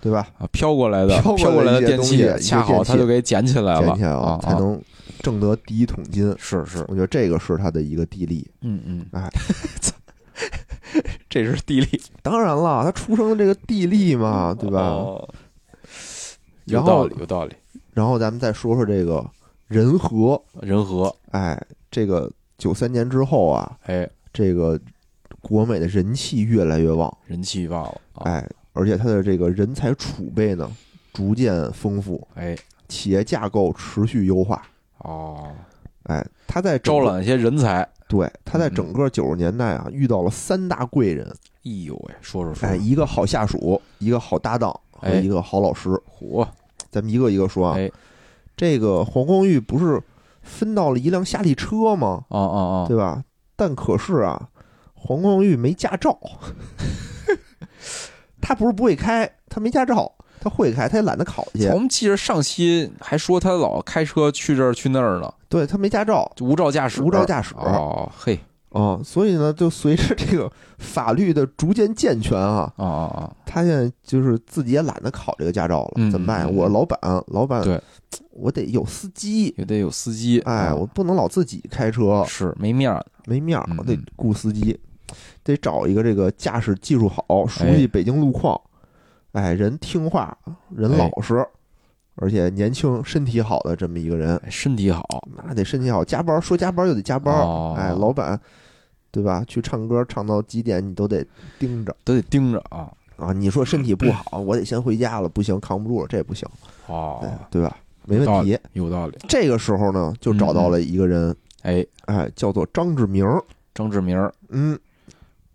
S2: 对吧？
S3: 啊，飘过来的
S2: 飘过来的
S3: 过来
S2: 一些
S3: 电
S2: 东西，
S3: 器
S2: 一些
S3: 恰好
S2: 电
S3: 他
S2: 器
S3: 就给捡起来了，
S2: 捡起来了、
S3: 啊、
S2: 才
S3: 啊
S2: 能挣得第一桶金。
S3: 是是，
S2: 我觉得这个是它的一个地利。
S3: 嗯嗯，
S2: 哎，
S3: 这是地利
S2: 当然了，它出生的这个地利嘛，对吧？
S3: 哦有
S2: 然
S3: 道
S2: 后
S3: 理，有道理，
S2: 然后咱们再说说这个人和，
S3: 人和，
S2: 哎，这个九三年之后啊，
S3: 哎，
S2: 这个国美的人气越来越旺，
S3: 人气旺了，啊
S2: 哎，而且它的这个人才储备呢逐渐丰富，
S3: 哎，
S2: 企业架构持续优化，
S3: 哦，
S2: 哎，它在整
S3: 招
S2: 个
S3: 揽一些人才，哎
S2: 对，它在整个九十年代啊遇到了三大贵人，
S3: 哎呦喂，说说说，
S2: 哎，一个好下属，一个好搭档和
S3: 哎
S2: 一个好老师，
S3: 虎，
S2: 咱们一个一个说啊，
S3: 哎，
S2: 这个黄光裕不是分到了一辆夏利车吗？
S3: 啊啊啊，
S2: 对吧？但可是啊，黄光裕没驾 照，他不是不会开，他没驾照，他会开，他也懒得考去
S3: 我。们记着上期还说他老开车去这儿去那儿呢，
S2: 对他没驾照，
S3: 就无照驾驶，
S2: 无照驾驶
S3: 哦，嘿，
S2: 啊、所以呢，就随着这个法律的逐渐健全啊，
S3: 啊啊啊，
S2: 他现在就是自己也懒得考这个驾照了，
S3: 嗯
S2: 怎么办呀？
S3: 嗯嗯
S2: 我老板，老板，
S3: 对
S2: 我得有司机，
S3: 也得有司机，
S2: 哎，
S3: 啊
S2: 我不能老自己开车，
S3: 是没面儿，
S2: 没面儿
S3: 嗯，
S2: 我得
S3: 嗯
S2: 雇司机，得找一个这个驾驶技术好、熟悉北京路况，哎，人听话、
S3: 哎
S2: 人老实，而且年轻、身体好的这么一个人，
S3: 哎身体好，
S2: 那得身体好，加班说加班就得加班，
S3: 哦
S2: 哎，老板，对吧？去唱歌唱到几点你都得盯着，
S3: 都得盯着啊。
S2: 啊，你说身体不好，我得先回家了，不行，扛不住了，这也不行，对
S3: 哦，
S2: 哎对吧？没问题。
S3: 有道理。
S2: 这个时候呢，就找到了一个人，
S3: 哎，
S2: 哎，叫做张志明，
S3: 张志明儿，
S2: 嗯，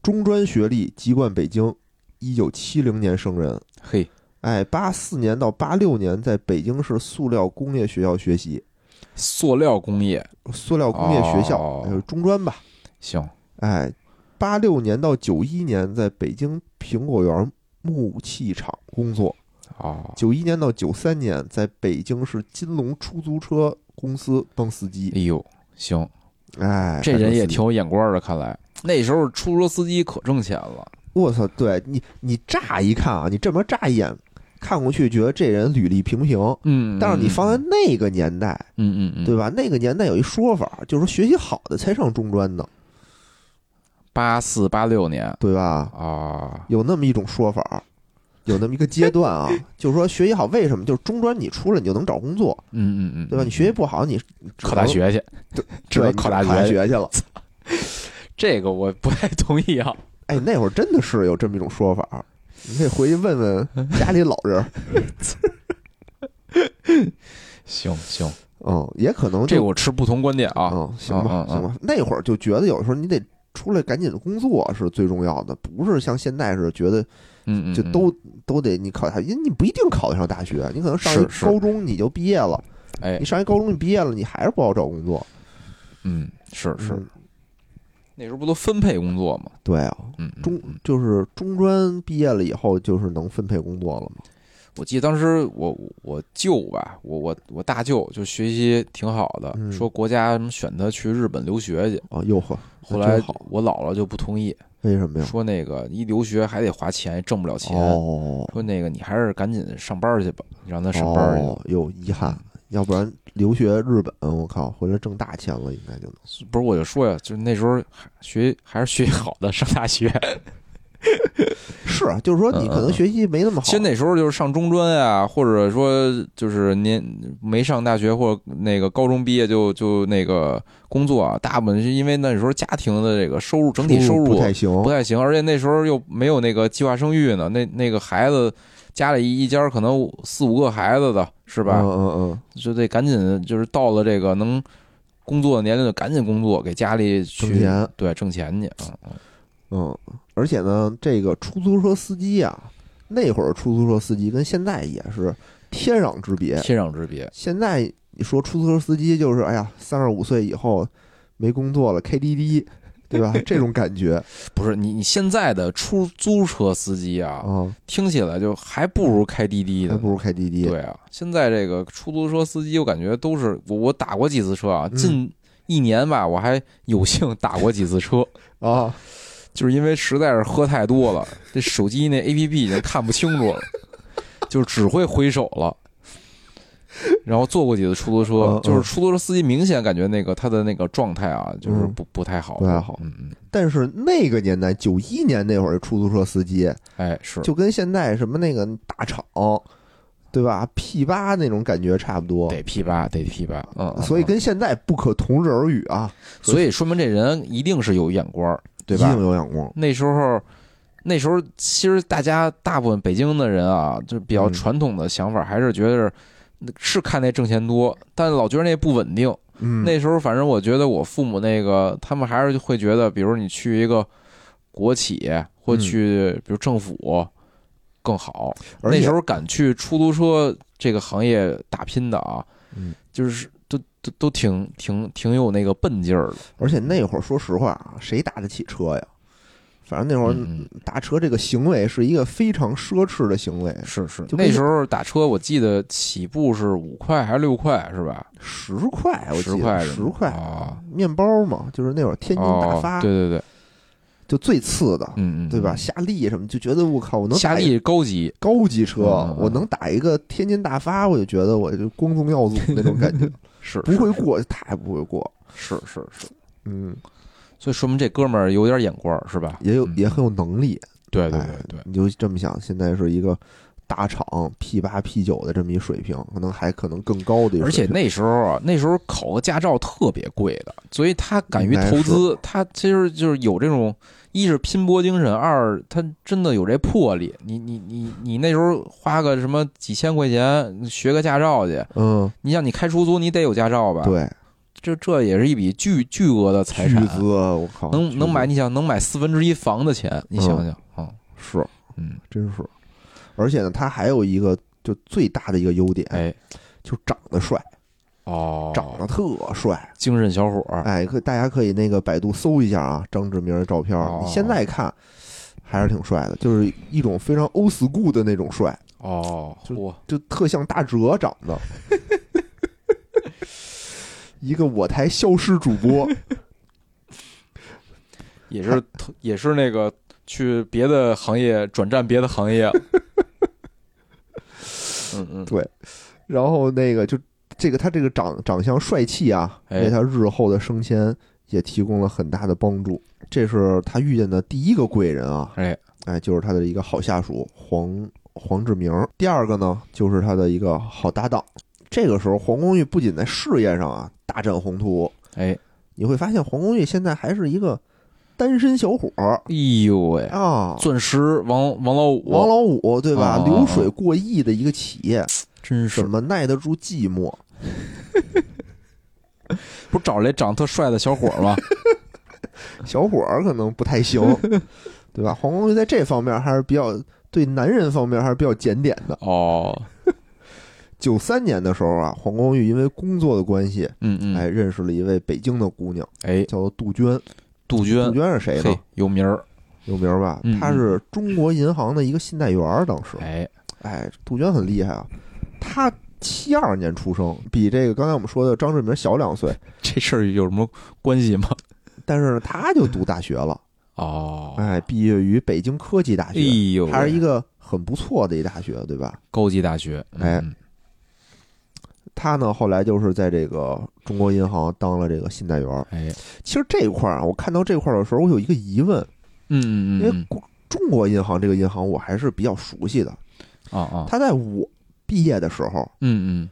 S2: 中专学历，籍贯北京，一九七零年生人，
S3: 嘿，
S2: 哎，八四年到八六年在北京市塑料工业学校学习，
S3: 塑料工业，
S2: 塑料工业学校，
S3: 哦
S2: 就是中专吧，
S3: 行，
S2: 哎，八六年到九一年在北京苹果园木器厂工作，
S3: 哦，
S2: 九一年到九三年在北京市金龙出租车公司当司机，
S3: 哎呦，行，
S2: 哎，
S3: 这人也
S2: 当司机
S3: 挺有眼光的，看来那时候出租车司机可挣钱了。
S2: 我操，对你，你乍一看啊，你这么乍一眼看过去，觉得这人履历平平，
S3: 嗯，
S2: 但是你放在那个年代，
S3: 嗯嗯嗯，
S2: 对吧？那个年代有一说法，就是说学习好的才上中专呢，
S3: 八四八六年
S2: 对吧？
S3: 啊，
S2: 有那么一种说法，有那么一个阶段 啊，就是说学习好为什么？就是中专你出来你就能找工作，
S3: 嗯嗯嗯，
S2: 对吧？你学习不好，你只
S3: 考大
S2: 能，
S3: 学去，只
S2: 对，
S3: 能
S2: 你
S3: 考
S2: 大
S3: 大学去。
S2: 去了。
S3: 这个我不太同意啊。
S2: 哎，那会儿真的是有这么一种说法，你可以回去问问家里老人，
S3: 行行，
S2: 嗯，也可能就
S3: 这个我持不同观点啊。
S2: 嗯，行吧
S3: 嗯，嗯
S2: 行吧。那会儿就觉得有时候你得出来赶紧工作是最重要的，不是像现在似的觉得
S3: 嗯嗯，
S2: 就
S3: 嗯
S2: 都都得你考大学，因为你不一定考得上大学，你可能上一
S3: 是是
S2: 高中你就毕业了，
S3: 哎
S2: 你，上一高中你毕业了，你还是不好找工作。
S3: 嗯，是是，
S2: 嗯
S3: 那时候不都分配工作吗？
S2: 对啊，
S3: 嗯，嗯
S2: 中
S3: 嗯
S2: 就是中专毕业了以后就是能分配工作了嘛。
S3: 我记得当时我我舅吧，我我我大舅就学习挺好的，
S2: 嗯
S3: 说国家选他去日本留学去。
S2: 啊，哟呵，
S3: 后来
S2: 真好，哎
S3: 我姥姥就不同意，
S2: 为什么呀？
S3: 说那个一留学还得花钱，挣不了钱。
S2: 哦，
S3: 说那个你还是赶紧上班去吧，你让他上班嗯去吧。
S2: 哦，有遗憾，要不然留学日本，我靠，回来挣大钱了，应该就能。
S3: 不是，我就说呀，就是那时候还学还是学习好的，上大学。
S2: 是，啊就是说你可
S3: 嗯嗯
S2: 能
S3: 嗯
S2: 学习没那么好，
S3: 其实那时候就是上中专啊，或者说就是您没上大学或者那个高中毕业就就那个工作啊，大部分是因为那时候家庭的这个收入整体收入
S2: 不太行，
S3: 不太行，而且那时候又没有那个计划生育呢，那那个孩子家里一家可能四五个孩子的是
S2: 是
S3: 吧？
S2: 嗯嗯嗯，
S3: 就得赶紧就是到了这个能工作的年龄就赶紧工作，给家里去
S2: 挣钱
S3: 对挣钱去啊。嗯
S2: 嗯，而且呢，这个出租车司机啊，那会儿出租车司机跟现在也是天壤之别。
S3: 天壤之别，
S2: 现在你说出租车司机就是，哎呀，三十五岁以后没工作了，开滴滴，对吧？ 这种感觉
S3: 不是你你现在的出租车司机啊，
S2: 啊，
S3: 听起来就还不如开滴滴
S2: 还
S3: 的
S2: 不。如开滴滴。
S3: 对啊，现在这个出租车司机，我感觉都是我我打过几次车啊，
S2: 嗯
S3: 近一年吧，我还有幸打过几次车，
S2: 啊，
S3: 就是因为实在是喝太多了，这手机那 A P P 已经看不清楚了， 就只会挥手了。然后坐过几次出租
S2: 嗯，
S3: 车
S2: 嗯
S3: 就是出租车司机明显感觉那个他的那个状态啊，就是
S2: 嗯
S3: 不不太好，
S2: 不太好
S3: 嗯嗯，
S2: 但是那个年代，九一年那会儿，出租车司机
S3: 哎是，
S2: 就跟现在什么那个大厂，对吧？P 八那种感觉差不多，
S3: 得 P 八得 P 八，嗯，嗯
S2: 所以
S3: 嗯
S2: 跟现在不可同日而语啊，
S3: 所以说明这人一定是有眼光儿，对
S2: 一
S3: 吧
S2: 定？有眼光。
S3: 那时候，那时候其实大家大部分北京的人啊，就比较
S2: 嗯
S3: 传统的想法，还是觉得是看那挣钱多，但老觉得那不稳定。
S2: 嗯，
S3: 那时候反正我觉得我父母那个，他们还是会觉得，比如你去一个国企或
S2: 嗯
S3: 去比如政府更好。
S2: 而且
S3: 那时候敢去出租车这个行业打拼的啊，
S2: 嗯
S3: 就是都都都挺挺挺有那个奔劲儿的。
S2: 而且那会儿，说实话啊，谁打得起车呀？反正那会
S3: 嗯嗯
S2: 儿打车这个行为是一个非常奢侈的行为，
S3: 是是，
S2: 就跟
S3: 那时候打车我记得起步是五块还是六块是吧？
S2: 十块我
S3: 十
S2: 记
S3: 块
S2: 得
S3: 是吗
S2: 十块，
S3: 啊，
S2: 面包嘛，就是那会儿天津大
S3: 哦
S2: 发
S3: 对对对，
S2: 就最次的，
S3: 嗯嗯，
S2: 对吧？
S3: 嗯？
S2: 夏利什么就觉得我靠，我能
S3: 夏
S2: 打一
S3: 利高级，
S2: 高级车
S3: 嗯嗯嗯，
S2: 我能打一个天津大发，我就觉得我就光宗耀祖那种 感觉，
S3: 是
S2: 不会过，太不会过，
S3: 是是是，
S2: 嗯，
S3: 所以说明这哥们儿有点眼光儿是吧？
S2: 也有
S3: 嗯
S2: 也很有能力，
S3: 对对
S2: 哎
S3: 对对，
S2: 你就这么想，现在是一个大厂 P 八 P 九的这么一水平，可能还可能更高的一个水平。
S3: 而且那时候啊，那时候考个驾照特别贵的，所以他敢于投资，他其实就是有这种，一是拼搏精神，二他真的有这魄力。你你你你那时候花个什么几千块钱学个驾照去，
S2: 嗯，
S3: 你想你开出租你得有驾照吧？，
S2: 对，
S3: 这这也是一笔巨巨额的财
S2: 巨
S3: 产，
S2: 资啊，我靠，巨
S3: 能
S2: 资嗯
S3: 能买你想能买四分之一房的钱，你想想啊，
S2: 是，
S3: 嗯，
S2: 真是。而且呢，他还有一个就最大的一个优点，
S3: 哎
S2: 就长得帅，
S3: 哦，
S2: 长得特帅。
S3: 精神小伙儿，
S2: 哎，可大家可以那个百度搜一下啊，张志明的照片，
S3: 哦
S2: 你现在看还是挺帅的，就是一种非常 old school 的那种帅，
S3: 哦，
S2: 就
S3: 嚯，
S2: 就特像大哲长得。一个我台消失主播，
S3: 也是投也是那个去别的行业转战别的行业。嗯嗯，
S2: 对然后那个就这个他这个长长相帅气啊，
S3: 哎
S2: 为他日后的升迁也提供了很大的帮助。这是他遇见的第一个贵人啊，
S3: 哎
S2: 哎，就是他的一个好下属黄黄志明。第二个呢，就是他的一个好搭档。这个时候，黄光裕不仅在事业上啊大展宏图，
S3: 哎，
S2: 你会发现黄光裕现在还是一个单身小伙儿
S3: 哎呦喂，
S2: 啊，
S3: 钻石王王老五，
S2: 王老五对吧？
S3: 哦哦哦
S2: 流水过亿的一个企业，
S3: 真是
S2: 怎么耐得住寂寞？
S3: 不是找来长得特帅的小伙 儿吗？
S2: 小伙儿可能不太 行，对吧？黄光裕在这方面还是比较对男人方面还是比较检点的。
S3: 哦，
S2: 九三年的时候啊，黄光裕因为工作的关系，
S3: 嗯嗯，
S2: 哎，
S3: 哎
S2: 认识了一位北京的姑娘，叫做杜鹃。
S3: 杜
S2: 杜
S3: 鹃，
S2: 鹃是哎谁呢
S3: 嘿？，有名儿，
S2: 有名儿吧
S3: 嗯？
S2: 她是中国银行的一个信贷员儿，当时，
S3: 哎，
S2: 哎，杜鹃很厉害啊，她七二年出生，比这个刚才我们说的张志明小两岁，
S3: 这事儿有什么关系吗？
S2: 但是呢，她就读大学了，
S3: 哦，
S2: 哎，毕业于北京科技大
S3: 哎
S2: 学，
S3: 呦喂，
S2: 还是一个很不错的一大学，对吧？
S3: 高级大学，嗯
S2: 哎
S3: 嗯
S2: 他呢，后来就是在这个中国银行当了这个信贷员儿。
S3: 哎，
S2: 其实这一块儿啊，我看到这块儿的时候，我有一个疑问，
S3: 嗯嗯
S2: 因
S3: 嗯
S2: 为
S3: 嗯，
S2: 国中国银行这个银行我还是比较熟悉的。
S3: 啊啊，
S2: 他在我毕业的时候，
S3: 嗯嗯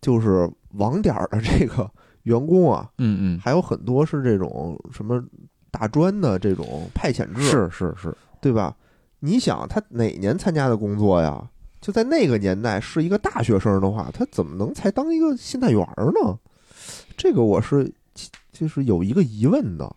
S2: 就是网点儿的这个员工啊，
S3: 嗯
S2: 还有很多是这种什么大专的这种派遣
S3: 嗯，
S2: 制，
S3: 是是是，
S2: 对吧？你想他哪年参加的工作呀？就在那个年代，是一个大学生的话，他怎么能才当一个信贷员儿呢？这个我是就是有一个疑问的。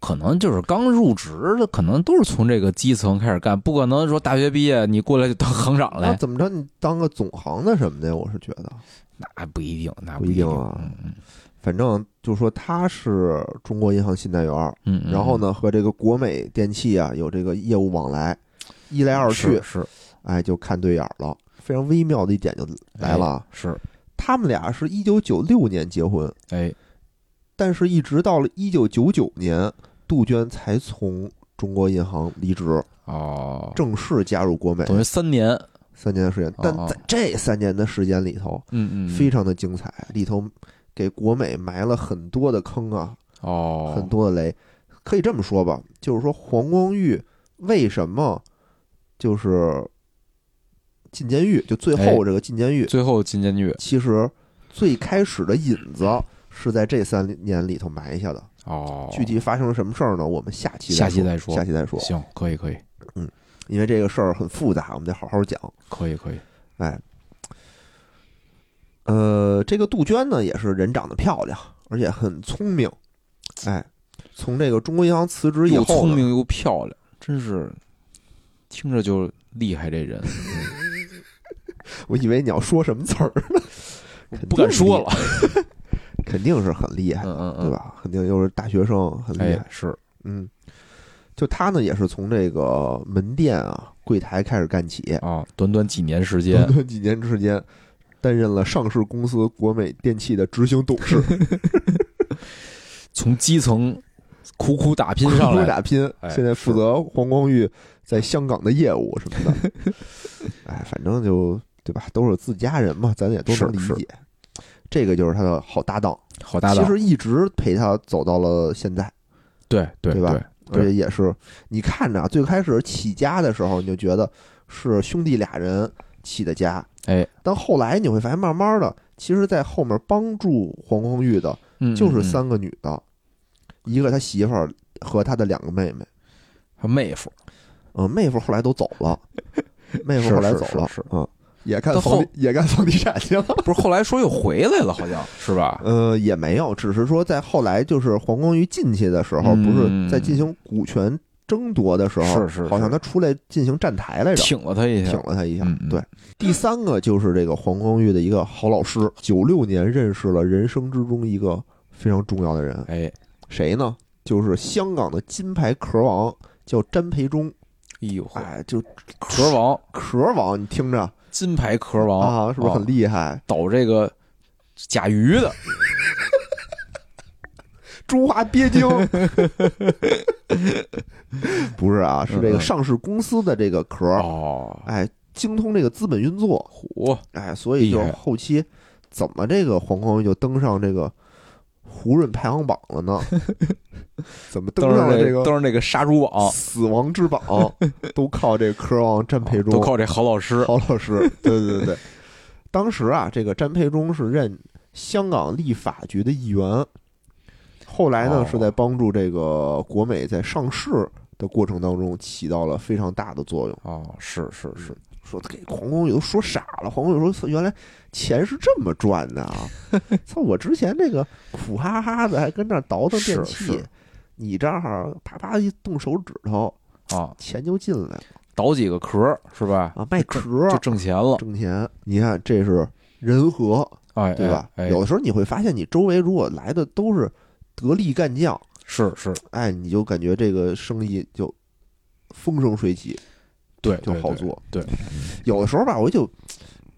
S3: 可能就是刚入职的，可能都是从这个基层开始干，不可能说大学毕业你过来就当行长
S2: 那
S3: 来，
S2: 怎么着，你当个总行的什么的，我是觉得，
S3: 那不一定，那
S2: 不
S3: 一
S2: 一
S3: 定
S2: 定啊
S3: 嗯嗯
S2: 反正就说他是中国银行信贷员儿，
S3: 嗯，嗯
S2: 然后？呢和这个国美电器啊有这个业务往来，一来二去
S3: 嗯是，是
S2: 哎，就看对眼儿了。非常微妙的一点就来
S3: 哎
S2: 了啊，
S3: 是，
S2: 他们俩是一九九六年结婚，
S3: 哎，
S2: 但是，一直到了一九九九年，杜鹃才从中国银行离职，
S3: 哦，
S2: 正式加入国美。
S3: 等于三年，
S2: 三年的时间，但
S3: 哦
S2: 在这三年的时间里头，
S3: 嗯嗯，
S2: 非常的精彩，里头给国美埋了很多的坑啊，
S3: 哦，
S2: 很多的雷。可以这么说吧，就是说黄光裕为什么就是进监狱，就最
S3: 哎
S2: 后这个进监狱，
S3: 最后进监狱，
S2: 其实最开始的引子是在这三年里头埋下的。
S3: 哦，
S2: 具体发生了什么事儿呢？我们下期
S3: 下期
S2: 再
S3: 再说
S2: 下期再说，
S3: 行，可以可以
S2: 因为这个事儿很复杂，我们得好好讲。
S3: 可以可以，
S2: 哎，呃，这个杜鹃呢也是人长得漂亮，而且很聪明。哎，从这个中国银行辞职以
S3: 又
S2: 后
S3: 聪
S2: 呢，
S3: 明又漂亮，真是听着就厉害，这 人
S2: 我以为你要说什么词儿，
S3: 不敢说了，
S2: 肯定是很厉害
S3: 嗯
S2: 的，
S3: 嗯嗯，
S2: 对？吧？肯定又是大学生，很厉害
S3: 哎，。是，
S2: 嗯，就他呢也是从这个门店啊、柜台开始干起，
S3: 啊，短短几年时间
S2: 短，短几年之间，担任了上市公司国美电器的执行董事，
S3: 从基层苦苦打拼上
S2: 苦苦
S3: 来，
S2: 打拼，
S3: 哎
S2: 现在负责黄光裕在香港的业务什么的。 哎，反正就对吧，都是自家人嘛，咱也都能理
S3: 是
S2: 解。这个就是他的好搭档，
S3: 好搭档，
S2: 其实一直陪他走到了现在，
S3: 对对
S2: 对吧
S3: 对
S2: 而且也是你看着啊，最开始起家的时候，你就觉得是兄弟俩人起的家，
S3: 哎，
S2: 但后来你会发现，慢慢的，其实，在后面帮助黄光裕的
S3: 嗯，
S2: 就是
S3: 嗯，
S2: 三个女的，一个他媳妇儿和他的两个妹妹，
S3: 还有妹夫，
S2: 嗯，妹夫后来都走 了，妹夫
S3: 是
S2: 后来
S3: 是
S2: 走
S3: 是
S2: 了，
S3: 是
S2: 嗯，也干
S3: 但
S2: 房
S3: 后
S2: 地也干房地产去了。
S3: 不是后来说又回来了，好像是 吧？
S2: 呃，也没有，只是说在后来就是黄光裕进去的时候，
S3: 嗯
S2: 不是在进行股权争夺的时候，
S3: 是是是
S2: 好像他出来进行站台来着，
S3: 挺了他一下
S2: 挺，了他一下。
S3: 嗯嗯
S2: 对，第三个就是这个黄光裕的一个好老师，九六年认识了人生之中一个非常重要的人，
S3: 哎，
S2: 谁呢？就是香港的金牌壳王，叫詹培忠。
S3: 哎呦呵，
S2: 哎，就
S3: 壳王，
S2: 壳王，你听着
S3: 金牌壳王
S2: 啊，是不是很
S3: 啊
S2: 厉害？
S3: 倒这个甲鱼的？
S2: 中华鳖精， 不是啊，是这
S3: 嗯
S2: 个
S3: 嗯
S2: 上市公司的这个壳儿，
S3: 哦，
S2: 哎，精通这个资本运作，
S3: 虎，
S2: 哎，所以就
S3: 厉害
S2: 后期怎么这个黄光裕就登上这个胡润排行榜了 呢？怎么登
S3: 登
S2: 上
S3: 上
S2: 了
S3: 这
S2: 这个
S3: 登上这个杀猪网，
S2: 死亡之 榜？都靠这科王詹培
S3: 哦都
S2: 忠，
S3: 靠这郝老师，
S2: 郝老 师，对对对对。当时啊，这个詹培忠是任香港立法局的议员，后来呢
S3: 哦
S2: 是在帮助这个国美在上市的过程当中起到了非常大的作用。
S3: 哦，是是
S2: 嗯
S3: 是，
S2: 说给黄光裕都说傻了，黄光裕说原来钱是这么赚的 啊！操，我之前这个苦哈哈的还跟这儿倒腾电器，
S3: 是是
S2: 你这儿啪啪一动手指头，
S3: 啊，
S2: 钱就进来了
S3: 倒几个壳儿是吧？
S2: 啊，卖壳
S3: 就
S2: 儿
S3: 挣钱了，
S2: 挣钱。你看这是人和，
S3: 哎，
S2: 对吧？
S3: 哎哎
S2: 有的时候你会发现，你周围如果来的都是得力干将，
S3: 是是，
S2: 哎，你就感觉这个生意就风生水起，
S3: 对，
S2: 就
S3: 对
S2: 好
S3: 对
S2: 做。
S3: 对对
S2: 有的时候吧，我就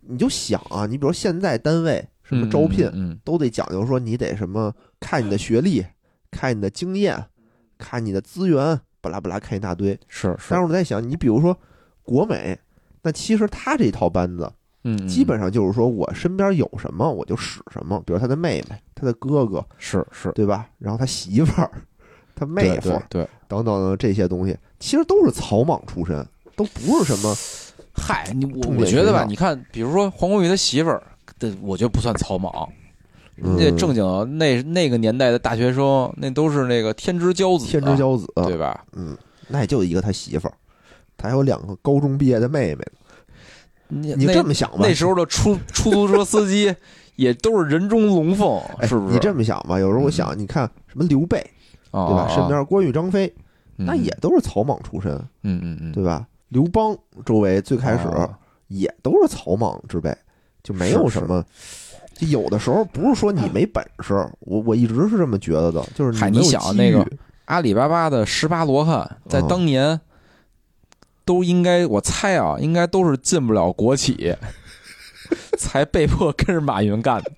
S2: 你就想啊，你比如现在单位什么招聘、
S3: 嗯，嗯
S2: 都得讲究说，你得什么看你的学历，看你的经验，看你的资源，巴拉巴拉看一大堆。
S3: 是
S2: 但是
S3: 是，
S2: 我在想，你比如说国美，那其实他这套班子。
S3: 嗯，
S2: 基
S3: 嗯
S2: 本上就是说我身边有什么我就使什么，比如他的妹
S3: 哎
S2: 妹、他的哥哥，
S3: 是是
S2: 对吧？然后他媳妇儿、 他妹夫
S3: 对对，对
S2: 等等的这些东西，其实都是草莽出身，都不是什么
S3: 嗨，你我
S2: 重
S3: 我
S2: 点
S3: 觉
S2: 学
S3: 得吧，
S2: 校
S3: 你看，比如说黄光裕他媳妇儿，这我觉得不算草莽。人家
S2: 嗯
S3: 正经那那个年代的大学生，那都是那个天之骄子啊，
S2: 天之骄子，
S3: 对吧？
S2: 嗯，那也就一个他媳妇儿，他还有两个高中毕业的妹妹。
S3: 你
S2: 你
S3: 那
S2: 这么想吧
S3: 那，时候的出出租车司机 也都是人中龙凤，
S2: 哎
S3: 是不嗯是？
S2: 你这么想吧，有时候我想，你看什么刘备，
S3: 啊
S2: 对吧？
S3: 啊
S2: 身边关羽、张飞，
S3: 嗯
S2: 那也都是草莽出身，
S3: 嗯嗯嗯，
S2: 对吧？刘邦周围最开始
S3: 啊
S2: 也都是草莽之辈，就没有什么。就有的时候不是说你没本事，我我一直是这么觉得的，就是
S3: 嗨
S2: 没有
S3: 你想
S2: 机
S3: 那个
S2: 遇
S3: 阿里巴巴的十八罗汉在
S2: 嗯
S3: 当年都应该，我猜啊，应该都是进不了 国企，才被迫跟着马云干的，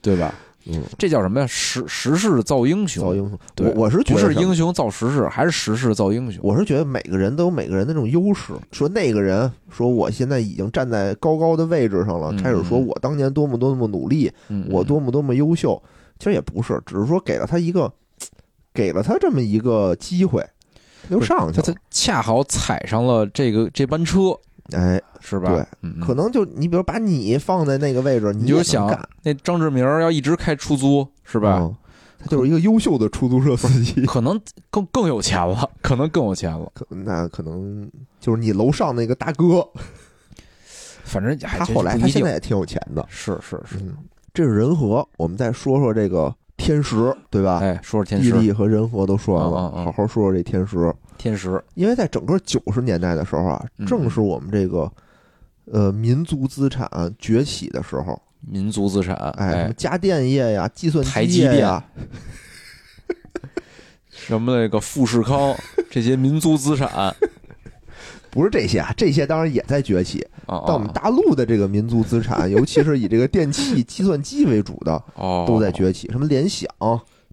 S3: 对吧？
S2: 嗯，
S3: 这叫什么呀？时时势造英雄，
S2: 造英雄，
S3: 对
S2: 我我是觉得
S3: 不是
S2: 什么
S3: 英雄造时势，还是时势造英雄。
S2: 我是觉得每个人都有每个人的那种优势。说那个人说我现在已经站在高高的位置上了，
S3: 嗯
S2: 开始说我当年多么多么努力，
S3: 嗯
S2: 我多么多么优秀，其实也不是，只是说给了他一个，给了他这么一个机会，他就
S3: 不是
S2: 上去
S3: 他
S2: 了
S3: 他。恰好踩上了这个这班车，
S2: 哎，
S3: 是吧？
S2: 对
S3: 嗯，嗯
S2: 可能就你比如把你放在那个位置，
S3: 你
S2: 也
S3: 就
S2: 能
S3: 想
S2: 干
S3: 那张志明要一直开出租，是吧？
S2: 嗯他就是一个优秀的出租车司机。
S3: 可能更更有钱了， 可能更有钱了。
S2: 可那可能就是你楼上那个大哥，
S3: 反正哎
S2: 他
S3: 这
S2: 后来
S3: 不
S2: 他
S3: 一
S2: 现
S3: 定
S2: 在也挺有钱的。
S3: 是是是，
S2: 嗯，这是人和。我们再说说这个天时，对吧？
S3: 哎，说说天
S2: 地
S3: 师，
S2: 利和人和都说完了，
S3: 嗯嗯嗯
S2: 好好说说这天时。
S3: 天时，
S2: 因为在整个九十年代的时候啊，
S3: 嗯
S2: 正是我们这个呃民族资产崛起的时候。
S3: 民族资产，
S2: 哎，什么
S3: 哎，
S2: 家电业呀、计算
S3: 台
S2: 机
S3: 积
S2: 业
S3: 电
S2: 呀，
S3: 什么那个富 士康这些民族资产，啊
S2: 不是这些啊，这些当然也在崛起。
S3: 啊，
S2: 但我们大陆的这个民族资产，尤其是以这个电器、 计算机为主的，
S3: 哦
S2: 都在崛起。什么联想、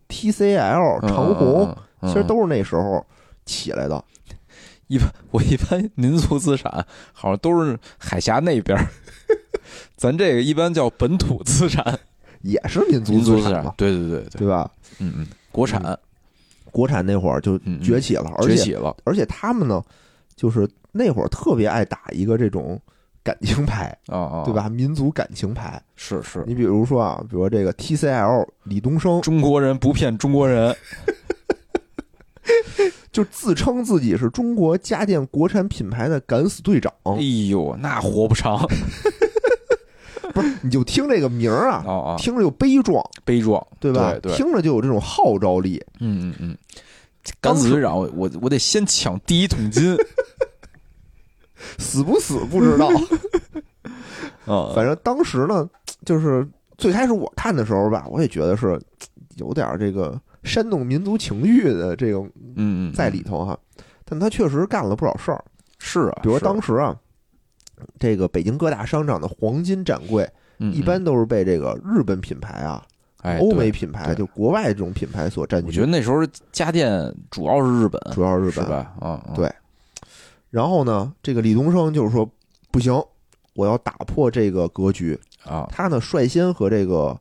S2: TCL、长虹，，
S3: 嗯嗯嗯嗯嗯
S2: 其实都是那时候起来的。
S3: 一般。我一般民族资产好像都是海峡那边儿，咱这个一般叫本土资产，
S2: 也是民族
S3: 民族
S2: 资
S3: 资
S2: 产
S3: 产
S2: 嘛，，
S3: 对对对对，
S2: 对吧？
S3: 嗯嗯，国产
S2: 国产那会儿就崛起了，而
S3: 嗯崛
S2: 且
S3: 起了，
S2: 而且他们呢，就是那会儿特别爱打一个这种感情牌，
S3: 啊啊，
S2: 对？吧？民族感情牌。
S3: 是是，
S2: 你比如说啊，比如这个 TCL 李东升，
S3: 中国人不骗中国人，
S2: 就自称自己是中国家电国产品牌的敢死队长，
S3: 哎呦，那活 不长，
S2: 不是？你就听这个名儿啊，
S3: 哦哦，
S2: 听着就悲壮，
S3: 悲壮，
S2: 对吧？
S3: 对，
S2: 听着就有这种号召力。
S3: 嗯嗯嗯，敢死队长，我我我得先抢第一 桶金
S2: 死不死不知道，
S3: 嗯啊，
S2: 反正当时呢，就是最开始我看的时候吧，我也觉得是有点这个煽动民族情绪的这种
S3: 嗯嗯，
S2: 在里头哈。但他确实干了不少事儿，
S3: 是啊，
S2: 比如说
S3: 是
S2: 当时啊，这个北京各大商场的黄金展柜
S3: 嗯
S2: 一般都是被这个日本品牌啊、
S3: 哎
S2: 欧
S3: 对
S2: 美品牌，
S3: 对
S2: 就国外这种品牌所占据。
S3: 我觉得那时候家电主要是日本，
S2: 主要是日
S3: 是
S2: 本。
S3: 吧？啊，啊
S2: 对然后呢，这个李东升就是说不行，我要打破这个格局，
S3: 啊
S2: 他呢率先和这个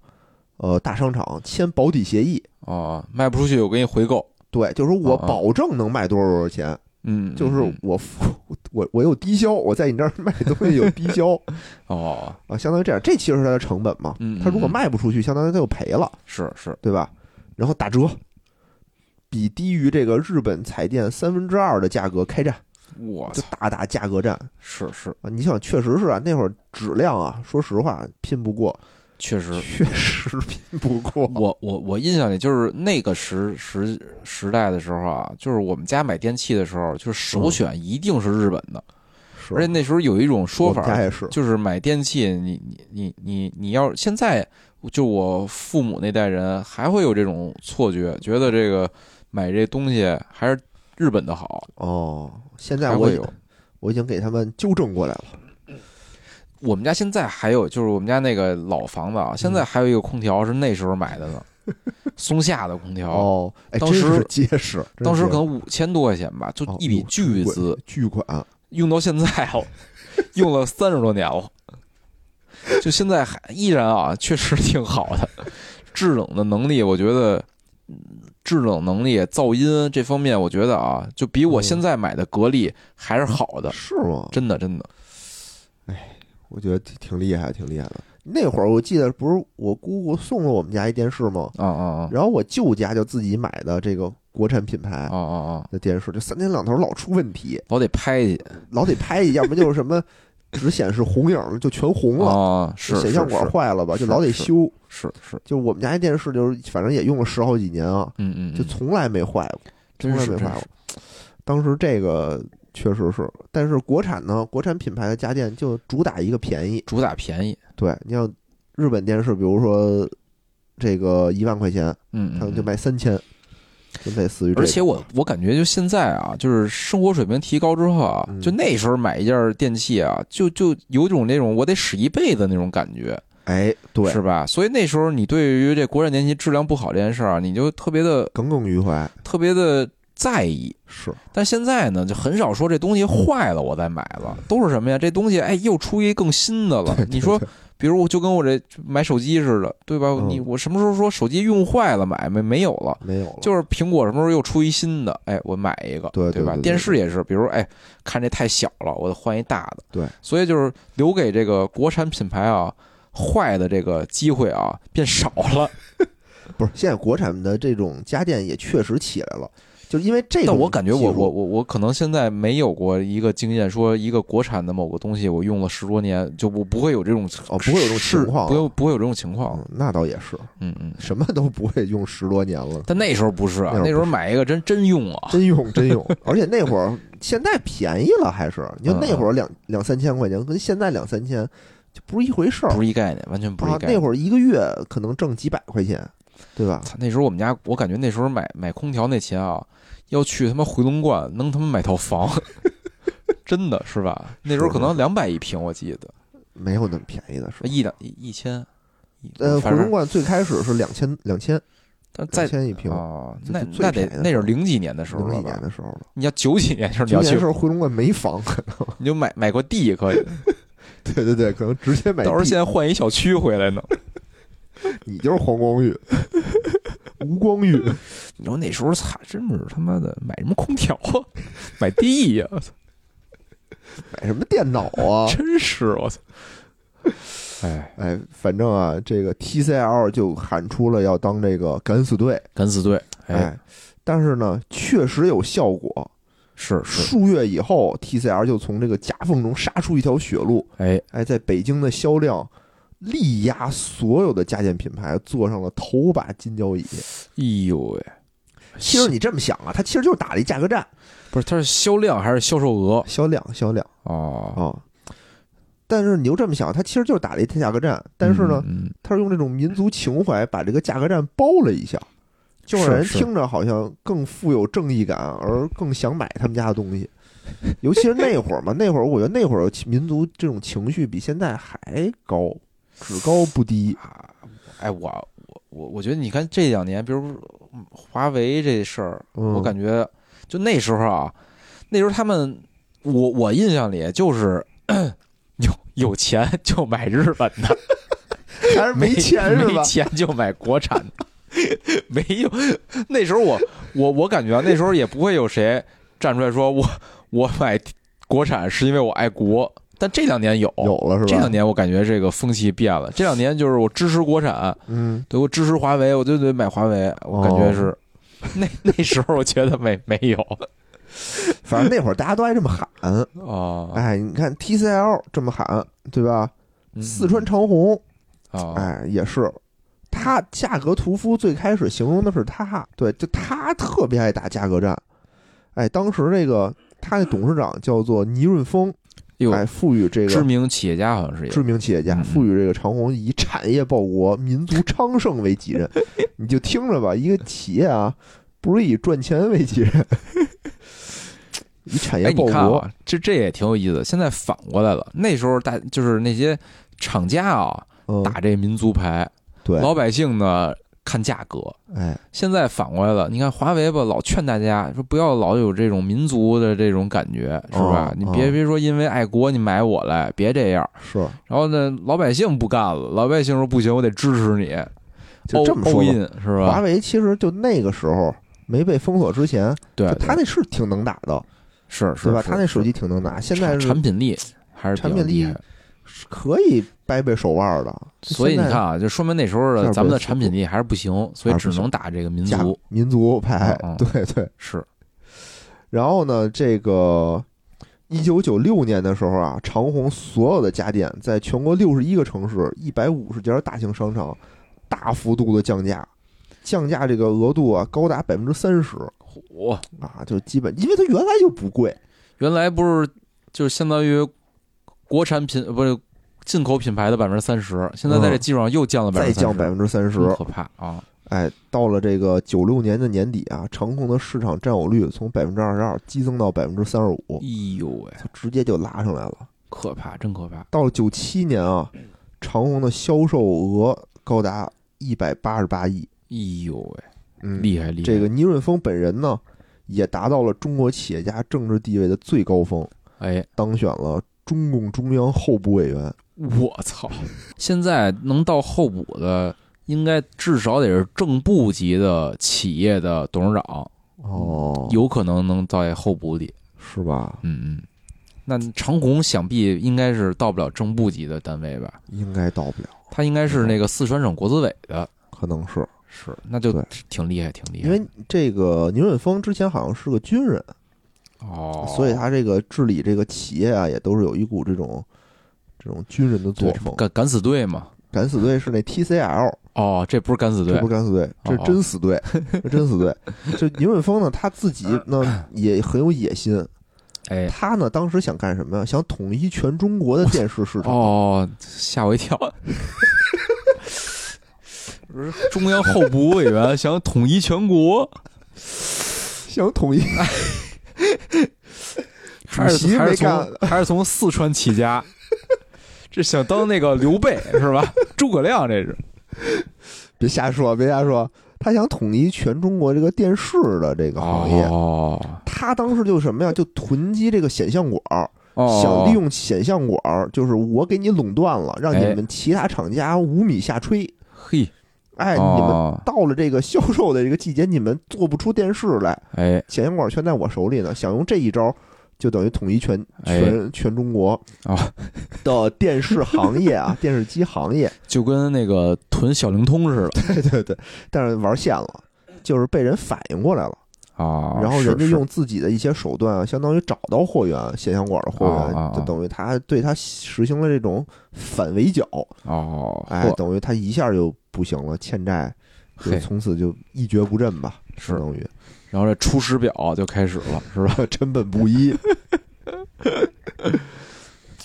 S2: 呃大商场签保底协议，
S3: 啊啊，卖不出去我给你回购，
S2: 对，就是我
S3: 啊啊
S2: 保证能卖多少多少钱，
S3: 嗯，
S2: 就是
S3: 嗯嗯
S2: 我付我我有低消，我在你这儿卖东西有低消
S3: 哦，
S2: 啊，相当于这样，这其实是他的成本嘛
S3: 嗯嗯，
S2: 他如果
S3: 嗯
S2: 卖不出去，相当于他就赔了，
S3: 是是，
S2: 对吧？然后打折，比低于这个日本彩电三分之二的价格开战，
S3: 我
S2: 就
S3: 操，
S2: 大打价格战
S3: 是是，
S2: 啊！你想，确实是啊，那会儿质量啊，说实话拼不过，
S3: 确实，
S2: 确实拼不过。
S3: 我我我印象里就是那个时时时代的时候啊，就是我们家买电器的时候，就是
S2: 嗯
S3: 首选一定是日本的，
S2: 是
S3: 而且那时候有一种说
S2: 我们
S3: 法，
S2: 家也是，
S3: 就是买电器，你你你你你要现在就我父母那代人还会有这种错觉，觉得这个买这东西还是日本的好，
S2: 哦，现在
S3: 还
S2: 我
S3: 会
S2: 已
S3: 有。
S2: 我已经给他们纠正过来了。
S3: 我们家现在还有，就是我们家那个老房子啊，现
S2: 嗯
S3: 在还有一个空调是那时候买的 呢，松下的空调，
S2: 哦，哎，
S3: 当时
S2: 真是结实，真是
S3: 当时可
S2: 结实
S3: 能五千多块钱吧，就
S2: 哦
S3: 一笔
S2: 哟
S3: 巨
S2: 贵
S3: 资，
S2: 巨款，
S3: 用到现在哦，用了三十多年了，就现在还依然啊，确实挺好的。制冷的能力，我觉得嗯制冷能力、噪音这方面，我觉得啊，就比我现在买的格力还是好的，
S2: 是吗？
S3: 真的真的。
S2: 我觉得挺挺厉害，挺厉害的。那会儿我记得不是我姑姑送了我们家一电视吗？
S3: 啊啊
S2: 然后我舅家就自己买的这个国产品牌
S3: 啊啊啊啊！
S2: 的电视，就三天两头老出问题，
S3: 老得拍去
S2: 老得拍一下，要不就是什 么只显示红影儿就全红了，
S3: 啊，是
S2: 显
S3: 是
S2: 像管
S3: 是
S2: 坏了吧，就是老得
S3: 是
S2: 修。
S3: 是是，
S2: 就我们家一电视，就是反正也用了十好几年啊，
S3: 嗯嗯，嗯
S2: 就从来没坏过。
S3: 真
S2: 从来
S3: 是
S2: 没
S3: 真
S2: 买过
S3: 是
S2: 当时这个确实是，但是国产呢，国产品牌的家电就主打一个便宜。
S3: 主打便宜，
S2: 对，你像日本电视，比如说这个一万块钱，
S3: 嗯，嗯
S2: 他们
S3: 嗯
S2: 就卖三千，就类似于这种。
S3: 而且我我感觉就现在啊，就是生活水平提高之后啊，
S2: 嗯
S3: 就那时候买一件电器啊，就就有种那种我得使一辈子那种感觉，
S2: 哎，对，
S3: 是吧？所以那时候你对于这国产电器质量不好这件事儿啊，你就特别的
S2: 耿耿于怀，
S3: 特别的在意。
S2: 是
S3: 但现在呢，就很少说这东西坏了我再买了，都是什么呀？这东西哎又出一更新的了。 你说，比如我就跟我这买手机似的，对吧？
S2: 嗯
S3: 你我什么时候说手机用坏了买没没有了？
S2: 没有了，
S3: 就是苹果什么时候又出一新的，哎，我买一个，
S2: 对对
S3: 吧
S2: 对对？
S3: 电视也是，比如哎，看这太小了，我得换一大的。
S2: 对，
S3: 所以就是留给这个国产品牌啊，坏的这个机会啊变少了。
S2: 不是现在国产的这种家电也确实起来了，就是因为 这个。
S3: 但我感觉我我我我可能现在没有过一个经验，说一个国产的某个东西我用了十多年，就我不会有这种
S2: 哦不会有这种情
S3: 是
S2: 况啊
S3: 不会不会有这种情况
S2: 嗯。，那倒也是，
S3: 嗯嗯。
S2: 什么都不会用十多年了。
S3: 但那时候不是啊，
S2: 那时候不是
S3: 那时候买一个真真用啊，
S2: 真用真 用，而且那会儿现在便宜了，还是你看
S3: 嗯
S2: 那会儿两两三千块钱，跟现在两三千就不是一回事儿
S3: 不是一概念，完全不是
S2: 啊
S3: 一。概念。
S2: 那会儿一个月可能挣几百块钱，对吧？
S3: 操，那时候我们家，我感觉那时候买买空调那钱啊，要去他妈回龙观能他妈买套房， 真的是吧？那时候可能两百一平，我记得
S2: 没有那么便宜的时候。
S3: 一两一一千，一
S2: 呃，回
S3: 哎反
S2: 龙
S3: 正
S2: 观最开始是两千两千
S3: 但在
S2: 两千一平，
S3: 哦，
S2: 这
S3: 那
S2: 是最
S3: 那
S2: 便
S3: 得
S2: 宜的
S3: 那
S2: 时
S3: 是
S2: 候
S3: 零几年的时候
S2: 零
S3: 了
S2: 几年
S3: 吧？
S2: 的时候了。
S3: 你要九几年的时候你
S2: 零
S3: 要
S2: 几年
S3: 去
S2: 的时，候回龙观没房，
S3: 你就买买块地可以，
S2: 对对对，可能直接买
S3: 到时候现
S2: 地。
S3: 在换一小区 回来呢。
S2: 你就是黄光裕，吴光裕，
S3: 你说那时候操，真是他妈的买什么空调啊，买地呀、
S2: 买什么电脑啊？
S3: 真是 我操！哎，
S2: 哎，反正啊，这个 TCL 就喊出了要当这个敢死队，
S3: 敢死队，哎，
S2: 哎，但是呢，确实有效果。
S3: 是是，
S2: 数月以后，TCL 就从这个夹缝中杀出一条血路，
S3: 哎，
S2: 哎，在北京的销量力压所有的家电品牌，坐上了头把金交椅。
S3: 哎呦喂！
S2: 其实你这么想啊，它其实就是打了一价格战，
S3: 不是它是销量还是销售额
S2: 销量销量啊、
S3: 哦，
S2: 但是你又这么想，它其实就是打了一价格战，但是呢，
S3: 嗯，嗯
S2: 它是用这种民族情怀把这个价格战包了一下，就让人
S3: 是是
S2: 听着好像更富有正义感，而更想买他们家的东西。尤其是那会儿嘛，那会儿我觉得那会儿民族这种情绪比现在还高，只高不低。
S3: 啊哎，我我我我觉得你看这两年，比如嗯华为这事儿，
S2: 嗯、
S3: 我感觉就那时候啊，那时候他们，我我印象里就是 有有钱就买日本的，
S2: 还 是没钱是吧
S3: 没？钱就买国产的， 没有。那时候我我我感觉啊那时候也不会有谁站出来说我 我买国产是因为我爱国，但这两年有
S2: 有了
S3: 这
S2: 是吧
S3: 两？年我感觉这个风气变了，这两年就是我支持国产，
S2: 嗯，
S3: 对我支持华为，我就得买华为，我感觉是。
S2: 哦
S3: 那那时候我觉得没没 有
S2: 反正那会儿大家都爱这么喊。
S3: 啊，
S2: 哎，你看 TCL 这么喊，对吧？
S3: 嗯
S2: 四川长虹，
S3: 啊，
S2: 哎，也是。他价格屠夫最开始形容的是他，对，就他特别爱打价格战。哎，当时这个他的董事长叫做倪润峰，
S3: 有
S2: 哎，赋予这
S3: 知
S2: 个
S3: 名企业家好像是也
S2: 知名企业家，
S3: 嗯
S2: 赋予这个长虹以产业报国、民族昌盛为己任。 你就听着吧，一个企业啊，不是以赚钱为己任， 以产业
S3: 哎，
S2: 报
S3: 你看
S2: 国。
S3: 啊，这这也挺有意思。现在反过来了，那时候大就是那些厂家啊，
S2: 嗯，
S3: 打这民族牌，
S2: 对，
S3: 老百姓呢看价格。
S2: 哎，
S3: 现在反过来了，你看华为吧，老劝大家说不要老有这种民族的这种感觉，是吧
S2: 哦？
S3: 你别
S2: 哦
S3: 别说因为爱国你买我来，别这样。
S2: 是，
S3: 然后呢，老百姓不干了，老百姓说不行，我得支持你，
S2: 就这么说
S3: all
S2: 吧
S3: in 是
S2: 华
S3: 吧？
S2: 为其实就那个时候没被封锁之前，
S3: 对
S2: 就，他
S3: 对
S2: 那是挺能打的，
S3: 是是
S2: 对吧？
S3: 是
S2: 他那
S3: 是
S2: 手机挺能打，现在
S3: 产
S2: 是
S3: 产品力还是比
S2: 产
S3: 较
S2: 品
S3: 厉
S2: 力
S3: 害。
S2: 是可以掰掰手腕的。
S3: 所以你
S2: 现在
S3: 看啊，就说明那时候
S2: 这
S3: 的
S2: 样
S3: 咱们的
S2: 不是
S3: 产品力还是不行，所以只能打这个民
S2: 价
S3: 族。
S2: 民族牌
S3: 嗯嗯，
S2: 对对。
S3: 是，
S2: 然后呢，这个一九九六年的时候啊，长虹所有的家电在全国六十一个城市、一百五十家大型商场大幅度的降价，降价这个额度啊高达百分之三十
S3: 嚯！
S2: 啊，就基本，因为它原来就不贵，
S3: 原来不是就是相当于国产品呃不是进口品牌的百分之三十，现在在这基础上又降了
S2: 嗯
S3: 百
S2: 再
S3: 分之
S2: 降百分之三十，
S3: 可怕啊！
S2: 哎，到了这个九六年的年底啊，长虹的市场占有率从百分之二十二激增到百分之三十五
S3: 哎，呦喂，
S2: 它直接就拉上来了。
S3: 可怕，真可怕！
S2: 到了九七年啊，长虹的销售额高达一百八十八亿，
S3: 哎呦喂，
S2: 嗯，
S3: 厉害厉害！
S2: 这个倪润峰本人呢，也达到了中国企业家政治地位的最高峰，
S3: 哎，
S2: 当选了中共中央候补委员。
S3: 我操！现在能到候补的，应该至少得是正部级的企业的董事长，
S2: 哦，
S3: 有可能能在候补里。
S2: 是吧？
S3: 嗯，嗯，那长虹想必应该是到不了正部级的单位吧？
S2: 应该到不了，
S3: 他应该是那个四川省国资委的，
S2: 可能是
S3: 是，那就
S2: 对
S3: 挺厉害，挺厉害。
S2: 因为这个倪润峰之前好像是个军人。
S3: 哦，
S2: 所以他这个治理这个企业啊，也都是有一股这种这种军人的作
S3: 对
S2: 风。
S3: 敢敢死队嘛？
S2: 敢死队是那 TCL，
S3: 哦，这不是敢死队
S2: 这不是敢死
S3: 哦
S2: 队，这是真死 队，这真死队。就倪润峰呢，他自己
S3: 嗯
S2: 呢也很有野心，
S3: 哎，
S2: 他呢当时想干什么呀？想统一全中国的电视市场。
S3: 哦，吓我一跳。 不是中央候补委员想统一全国，
S2: 想统 一，
S3: 还
S2: 主席
S3: 是还
S2: 没
S3: 是
S2: 干
S3: 从还是从四川起家，这想当那个刘备是吧？诸葛亮这是
S2: 别瞎说，别瞎说。他想统一全中国这个电视的这个行业。
S3: 哦
S2: 他当时就什么呀？就囤积这个显像管儿。
S3: 哦，
S2: 想利用显像管儿，就是我给你垄断了，让你
S3: 哎
S2: 们其他厂家无米下炊。
S3: 嘿，
S2: 哎，你们
S3: 哦，
S2: 到了这个销售的这个季节，你们做不出电视来，
S3: 哎，
S2: 显像管儿全在我手里呢，想用这一招就等于统一全
S3: 哎
S2: 全全中国
S3: 哦
S2: 的电视行业 啊，电视机行业，
S3: 就跟那个囤小灵通似的
S2: 对对对，但是玩线了，就是被人反应过来了，
S3: 啊。
S2: 然后人
S3: 是
S2: 家
S3: 是
S2: 用自己的一些手段，啊相当于找到货源，显像管的货
S3: 啊啊
S2: 源，
S3: 啊
S2: 就等于他对他实行了这种反围剿，
S3: 哦，
S2: 哎，
S3: 嚯
S2: 等于他一下就不行了，欠债就
S3: 嘿
S2: 从此就一蹶不振吧，
S3: 是
S2: 相当于
S3: 然后这《出师表》就开始了，是吧？
S2: 真本不一。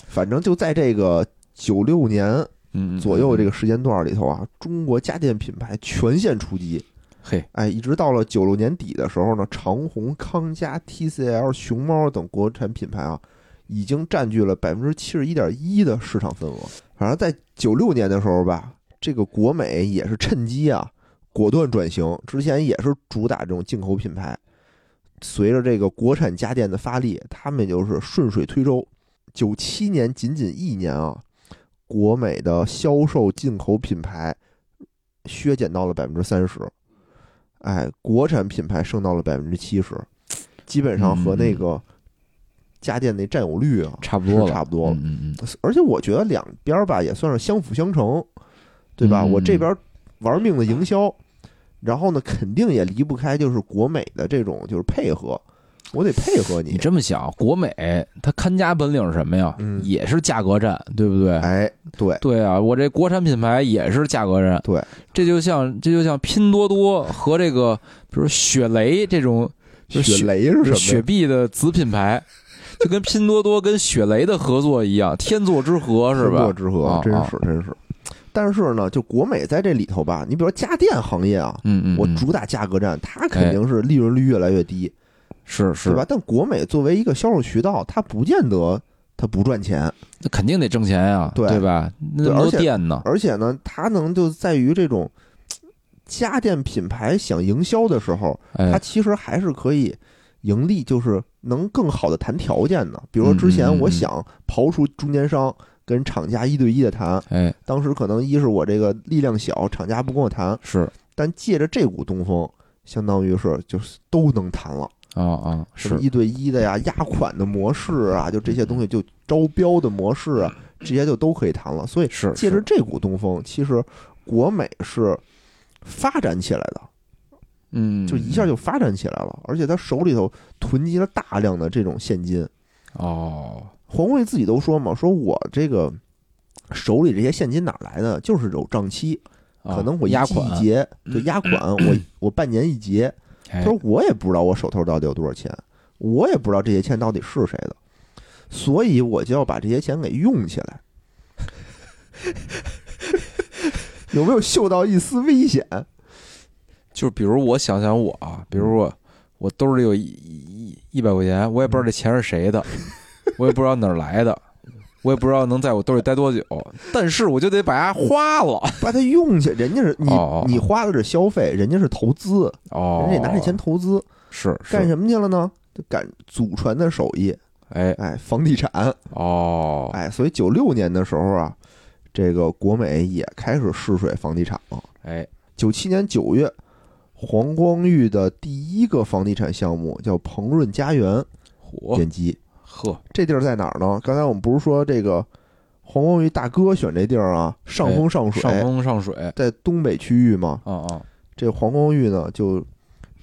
S2: 反正就在这个九六年
S3: 嗯，
S2: 左右这
S3: 个
S2: 个时间段里头啊，中国家电品牌全线出击。
S3: 嗯嘿，
S2: 哎，一直到了九六年底的时候呢，长虹、康佳、TCL、熊猫等国产品牌啊，已经占据了百分之七十一点一的市场份额。反正，在九六年的时候吧，这个国美也是趁机啊，果断转型，之前也是主打这种进口品牌。随着这个国产家电的发力，他们也就是顺水推舟。九七年仅仅一年啊，国美的销售进口品牌削减到了百分之三十，哎，国产品牌剩到了百分之七十，基本上和那个家电那占有率啊
S3: 差不多
S2: 是
S3: 了，
S2: 差不多了。
S3: 嗯嗯
S2: 而且我觉得两边儿吧也算是相辅相成，对吧？
S3: 嗯
S2: 我这边儿玩命的营销，然后呢，肯定也离不开就是国美的这种就是配合，我得配合
S3: 嗯。
S2: 你
S3: 你。这么想，国美它看家本领是什么呀？
S2: 嗯
S3: 也是价格战，对不对？
S2: 哎，对，
S3: 对啊，我这国产品牌也是价格战。
S2: 对，
S3: 这就像这就像拼多多和这个，比如雪雷这种就是
S2: 雪雷是什么呀？
S3: 雪碧的子品牌， 就跟拼多多跟雪雷的合作一样，天作之合是
S2: 天
S3: 吧
S2: 作？之合
S3: 啊，
S2: 真
S3: 啊
S2: 是真是。但是呢，就国美在这里头吧，你比如说家电行业啊，
S3: 嗯嗯，
S2: 我
S3: 嗯
S2: 主打价格战，它肯定是利润率越来越低，
S3: 是
S2: 对
S3: 是
S2: 吧？但国美作为一个销售渠道，它不见得它不赚钱，
S3: 那肯定得挣钱呀，
S2: 对
S3: 吧？那么
S2: 而
S3: 多
S2: 且
S3: 店呢，
S2: 而且呢，它能就在于这种嘖家电品牌想营销的时候，它
S3: 哎，
S2: 其实还是可以盈利，就是能更好的谈条件的。比如说之
S3: 嗯嗯
S2: 前
S3: 嗯
S2: 我想刨除中间商跟厂家一对一的谈，
S3: 哎，
S2: 当时可能一是我这个力量小，厂家不跟我谈，
S3: 是
S2: 但借着这股东风，相当于是就是都能谈了，
S3: 啊啊，
S2: 什
S3: 是
S2: 么一对一的呀、压款的模式啊，就这些东西，就招标的模式啊，
S3: 嗯
S2: 这些就都可以谈了。所以
S3: 是
S2: 借着
S3: 是
S2: 这股东风，其实国美是发展起来的，
S3: 嗯，
S2: 就一下就发展起来了，而且他手里头囤积了大量的这种现金。
S3: 哦，
S2: 黄贵自己都说嘛，说我这个手里这些现金哪来的？就是有账期，
S3: 啊
S2: 可能我一
S3: 压
S2: 季一
S3: 款，嗯
S2: 结，对压款， 我我半年一结。
S3: 哎
S2: 他说我也不知道我手头到底有多少钱，我也不知道这些钱到底是谁的，所以我就要把这些钱给用起 来。有没有嗅到一丝危险？
S3: 就比如我想想我啊，比如我我兜里有一一一一百块钱，我也不知道这钱是谁 的，我也不知道哪儿来的，我也不知道能在我兜里待多久，但是我就得把它花了。
S2: 把它用起来，人家是你
S3: 哦哦
S2: 你花的是消费，人家是投资，
S3: 哦
S2: 人，家拿这钱投资
S3: 是是
S2: 干什么去了呢？就干祖传的手艺，
S3: 哎
S2: 哎，房地产，
S3: 哦，
S2: 哎，所以九六年的时候啊，这个国美也开始试水房地产了。
S3: 哎
S2: 九七年九月，黄光裕的第一个房地产项目叫鹏润家园
S3: 火
S2: 点击。
S3: 呵
S2: 这地儿在哪儿呢？刚才我们不是说这个黄光裕大哥选这地儿啊，上风上水，
S3: 哎上风上水，
S2: 在东北区域嘛。
S3: 啊啊，
S2: 这黄光裕呢就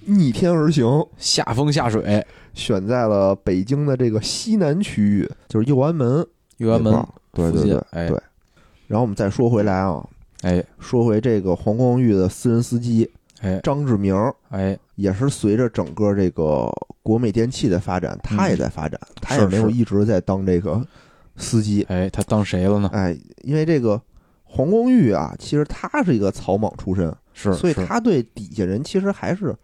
S2: 逆天而行，
S3: 下风下水，
S2: 选在了北京的这个西南区域，就是右安门
S3: 右安门
S2: 那块儿。对
S3: 附
S2: 对
S3: 近
S2: 对，
S3: 哎
S2: 对。然后我们再说回来啊，
S3: 哎
S2: 说回这个黄光裕的私人司机
S3: 哎
S2: 张志明，
S3: 哎，
S2: 也是随着整个这个国美电器的发展，他也在发展，
S3: 嗯
S2: 他也没有
S3: 是
S2: 一直在当这个司机。
S3: 哎，他当谁了呢？
S2: 哎，因为这个黄光裕啊，其实他是一个草莽出身，
S3: 是，
S2: 所以
S3: 是
S2: 他对底下人其实还是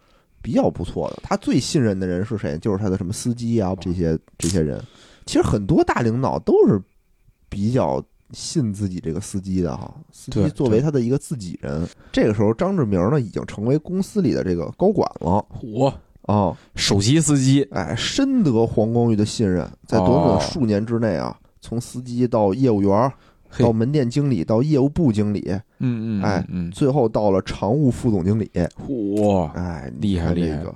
S2: 比较不错的。他最信任的人是谁？就是他的什么司机啊，这些这些人。其实很多大领导都是比较信自己这个司机的哈，司机
S3: 对
S2: 作为
S3: 对
S2: 他的一个自己人。这个时候，张志明呢已经成为公司里的这个高管了
S3: 火
S2: 啊。
S3: 首席司机，
S2: 哎，深得黄光裕的信任，在短短
S3: 哦
S2: 数年之内啊，从司机到业务员儿，
S3: 嘿
S2: 到门店经理，到业务部经理，
S3: 嗯嗯，
S2: 哎
S3: 嗯，
S2: 最后到了常务副总经理。
S3: 火
S2: 哎，
S3: 厉害
S2: 你看
S3: 厉害
S2: 这个！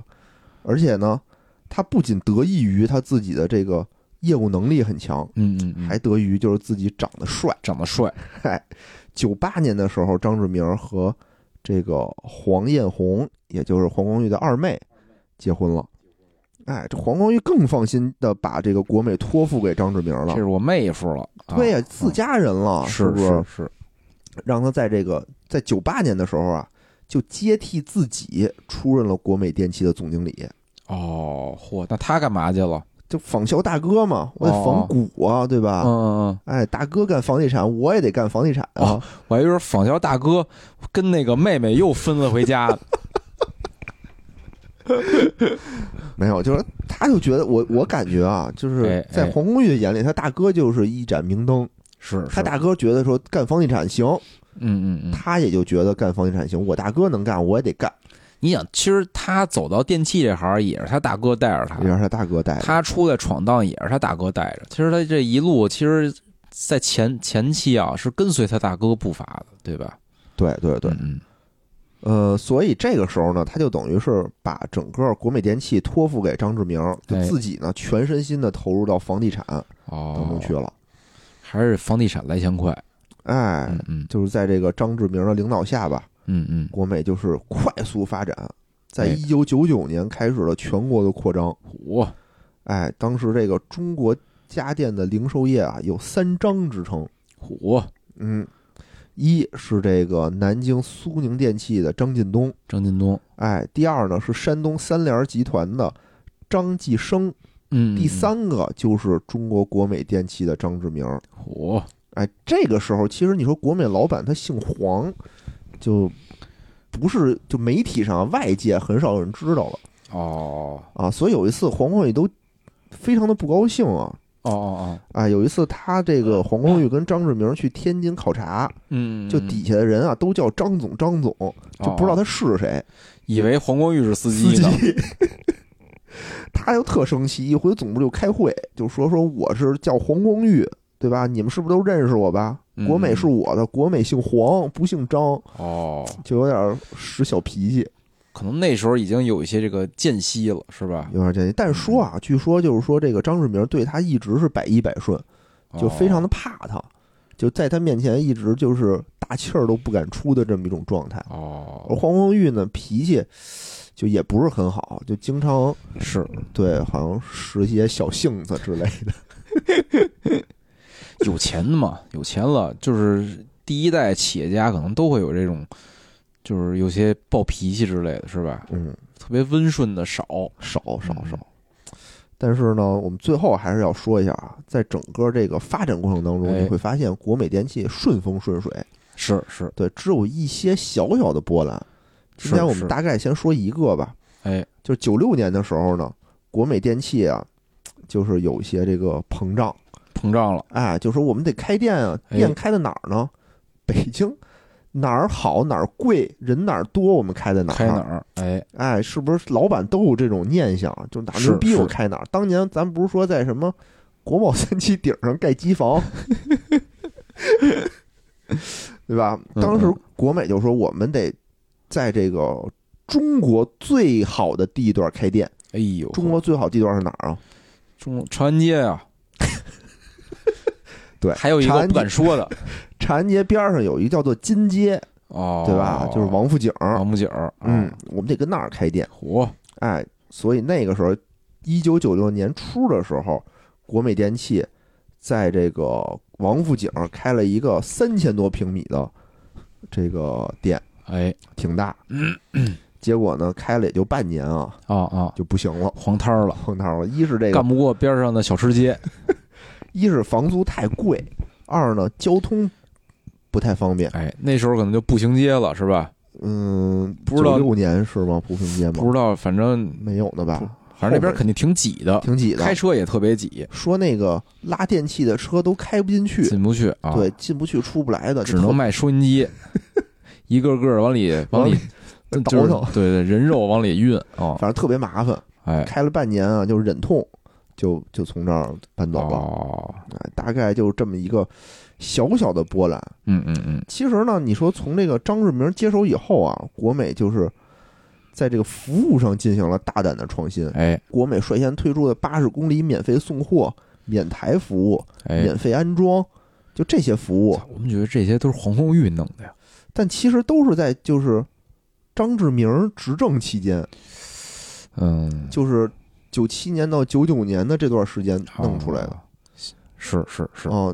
S2: 而且呢，他不仅得益于他自己的这个业务能力很强，
S3: 嗯嗯嗯，
S2: 还得益于就是自己长得帅。
S3: 长得帅，
S2: 九八年的时候，张志明和这个黄艳红，也就是黄光裕的二妹，结婚了。哎，这黄光裕更放心的把这个国美托付给张志明
S3: 这
S2: 了。
S3: 是我妹夫了，啊
S2: 对呀、自家人了，
S3: 嗯
S2: 是
S3: 是
S2: 不是？
S3: 是，
S2: 让他在这个在九八年的时候啊，就接替自己出任了国美电器的总经理。
S3: 哦，嚯，那他干嘛去了？
S2: 就仿效大哥嘛，我得仿古啊，对吧？
S3: 哦嗯嗯嗯，
S2: 哎，大哥干房地产，我也得干房地产啊。
S3: 哦我还以为是仿效大哥跟那个妹妹又分了回家，
S2: 没有，就是他就觉得我，我感觉啊，就是
S3: 哎
S2: 在
S3: 哎
S2: 黄光裕的眼里，他大哥就是一盏明灯。
S3: 是是
S2: 他大哥觉得说干房地产行，
S3: 嗯嗯嗯，
S2: 他也就觉得干房地产行，我大哥能干，我也得干。
S3: 你想，其实他走到电器这行也是他大哥带着他，
S2: 也让他大哥带着。
S3: 他出来闯荡也是他大哥带着。其实他这一路，其实，在前前期啊，是跟随他大哥步伐的，对吧？
S2: 对对对，
S3: 嗯
S2: 呃，所以这个时候呢，他就等于是把整个国美电器托付给张志明，就
S3: 哎
S2: 自己呢全身心的投入到房地产当
S3: 哦
S2: 中，去了。
S3: 还是房地产来钱快。
S2: 哎，
S3: 嗯嗯
S2: 就是在这个张志明的领导下吧，
S3: 嗯嗯，
S2: 国美就是快速发展，在
S3: 哎
S2: 一九九九年开始了全国的扩张。
S3: 哇，
S2: 哎，当时这个中国家电的零售业啊，有三张之称。
S3: 虎
S2: 嗯，一是这个南京苏宁电器的张近东，
S3: 张近东。
S2: 哎，第二呢是山东三联集团的张继生，
S3: 嗯，嗯
S2: 第三个就是中国国美电器的张志明。
S3: 虎，
S2: 哎，这个时候其实你说国美老板他姓黄，就不是就媒体上啊外界很少有人知道了
S3: 哦
S2: 啊，所以有一次黄光裕都非常的不高兴啊。
S3: 哦哦
S2: 啊，有一次他这个
S3: 嗯
S2: 黄光裕跟张志明去天津考察，
S3: 哦，嗯，哦
S2: 就底下的人啊都叫张总张总，就不知道
S3: 他
S2: 他是谁，
S3: 以为黄光裕是司
S2: 司
S3: 机呢。
S2: 机。 他就特生气，一回总部就开会，就说说我是叫黄光裕，对吧？你们是不是都认识我吧？
S3: 嗯
S2: 国美是我的，国美姓黄，不姓张，
S3: 哦，
S2: 就有点使小脾气，
S3: 可能那时候已经有一些这个间隙了，是吧？
S2: 有点建议。但是说啊，据说就是说这个张志明对他一直是百依百顺，
S3: 哦
S2: 就非常的怕他，就在他面前一直就是大气儿都不敢出的这么一种状态。
S3: 哦，
S2: 而黄光裕呢，脾气就也不是很好，就经常
S3: 是
S2: 对好像使一些小性子之类的。
S3: 有钱嘛，有钱了，就是第一代企业家可能都会有这种，就是有些暴脾气之类的，是吧？
S2: 嗯，
S3: 特别温顺的少，
S2: 少少
S3: 嗯
S2: 少。但是呢，我们最后还是要说一下啊，在整个这个发展过程当中，
S3: 哎
S2: 你会发现国美电器顺风顺水，
S3: 是是，
S2: 对，只有一些小小的波澜。今
S3: 是
S2: 天我们
S3: 是
S2: 大概先说一个吧，
S3: 哎，
S2: 就是九六年的时候呢，国美电器啊，就是有一些这个膨胀，
S3: 膨胀了，
S2: 哎，就说我们得开店啊，
S3: 哎
S2: 店开在哪儿呢？北京哪儿好哪儿贵，人哪儿多，我们开在哪儿？
S3: 开哪儿？哎，
S2: 哎，是不是老板都有这种念想？就哪儿
S3: 是
S2: 牛逼我
S3: 是
S2: 开哪儿？当年咱不是说在什么国贸三期顶上盖机房， 对吧？
S3: 嗯
S2: 当时
S3: 嗯
S2: 国美就说我们得在这个中国最好的地段开店。
S3: 哎呦，
S2: 中国最好地段是哪儿啊？
S3: 中长安街啊，
S2: 对，
S3: 还有一
S2: 长
S3: 个我
S2: 安
S3: 不敢
S2: 街
S3: 说的，
S2: 长安街边儿上有一个叫做金街，
S3: 哦，
S2: 对吧？就是王府井。
S3: 王府井儿，
S2: 嗯
S3: 啊，，
S2: 我们得跟那儿开店。
S3: 嚯，
S2: 哎，所以那个时候，一九九六年初的时候，国美电器在这个王府井开了一个三千多平米的这个店，
S3: 哎，
S2: 挺 大。结果呢，开了也就半年啊，
S3: 啊啊，
S2: 就不行了，
S3: 黄摊儿了，
S2: 碰到了。一是这个
S3: 干，不过边上的小吃街，
S2: 一是房租太贵，二呢交通不太方便。
S3: 哎，那时候可能就步行街了，是吧？
S2: 嗯，
S3: 不知道
S2: 六年是吗？步行街吗
S3: 不？知道，反正
S2: 没有的吧？
S3: 反正那边肯定挺挤的，
S2: 挺挤的
S3: 开。车也特别挤，
S2: 说那个拉电器的车都开不进去，
S3: 进不去啊，
S2: 对，，进不去出不来的，
S3: 只能卖收 音机，一个个往里往
S2: 往
S3: 里
S2: 里
S3: 就是
S2: 倒腾
S3: 对对，人肉往里运啊，
S2: 反正特别麻烦。
S3: 哎，
S2: 开了半年啊，就忍痛，就就从这儿搬走了、
S3: 哦，
S2: 哎大概就这么一个小小的波澜。
S3: 嗯嗯嗯，
S2: 其实呢，你说从这个张志明接手以后啊，国美就是在这个服务上进行了大胆的创新。
S3: 哎
S2: 国美率先推出的八十公里免费送货、免台服务、
S3: 哎，
S2: 免费安装，就这些服务，
S3: 我们觉得这些都是黄光裕弄的呀。
S2: 但其实都是在就是张志明执政期间，
S3: 嗯，
S2: 就是九七年到九九年的这段时间弄出来的。
S3: 啊。是是是，
S2: 哦，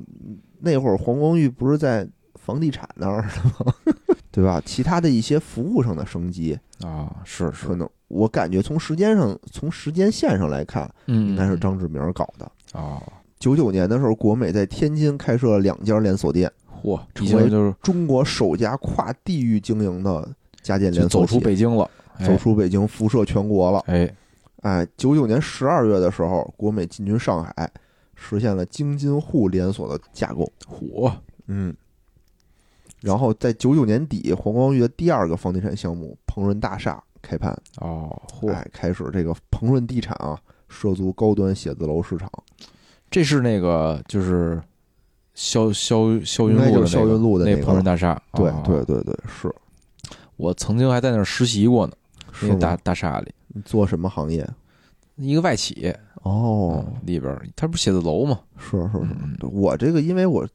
S2: 那会儿黄光裕不是在房地产那儿的吗？ 对吧？其他的一些服务上的升级，
S3: 啊，是是
S2: 可，能我感觉从时间上、从时间线上来看，
S3: 嗯，
S2: 应该是张志明搞的。
S3: 啊，
S2: 九九年的时候，国美在天津开设了两家连锁店，
S3: 嚯，
S2: 成
S3: 已经
S2: 为
S3: 就是
S2: 中国首家跨地域经营的家电
S3: 就
S2: 连
S3: 走
S2: 锁
S3: 出
S2: 企业，
S3: 北京了，哎
S2: 走出北京，辐射全国了。
S3: 哎，
S2: 哎，九九年十二月的时候，国美进军上海，实现了京津沪连锁的架构。
S3: 嚯，
S2: 嗯，然后在九九年底，黄光裕的第二个房地产项目鹏润大厦开盘，
S3: 哦，嚯，
S2: 哎，开始这个鹏润地产啊，涉足高端写字楼市场，
S3: 这是那个就是肖肖肖云
S2: 应该
S3: 路
S2: 就
S3: 的
S2: 是肖云路的
S3: 那
S2: 个
S3: 鹏润
S2: 了。
S3: 大厦，
S2: 对
S3: 啊
S2: 对，对对，是
S3: 我曾经还在那儿实习过呢，
S2: 是
S3: 那个大
S2: 吗
S3: 大厦里
S2: 你做什么行业？
S3: 一个外企
S2: 哦，
S3: 嗯里边儿，它不是写字楼嘛，
S2: 是是是，
S3: 嗯，
S2: 对我这个因为我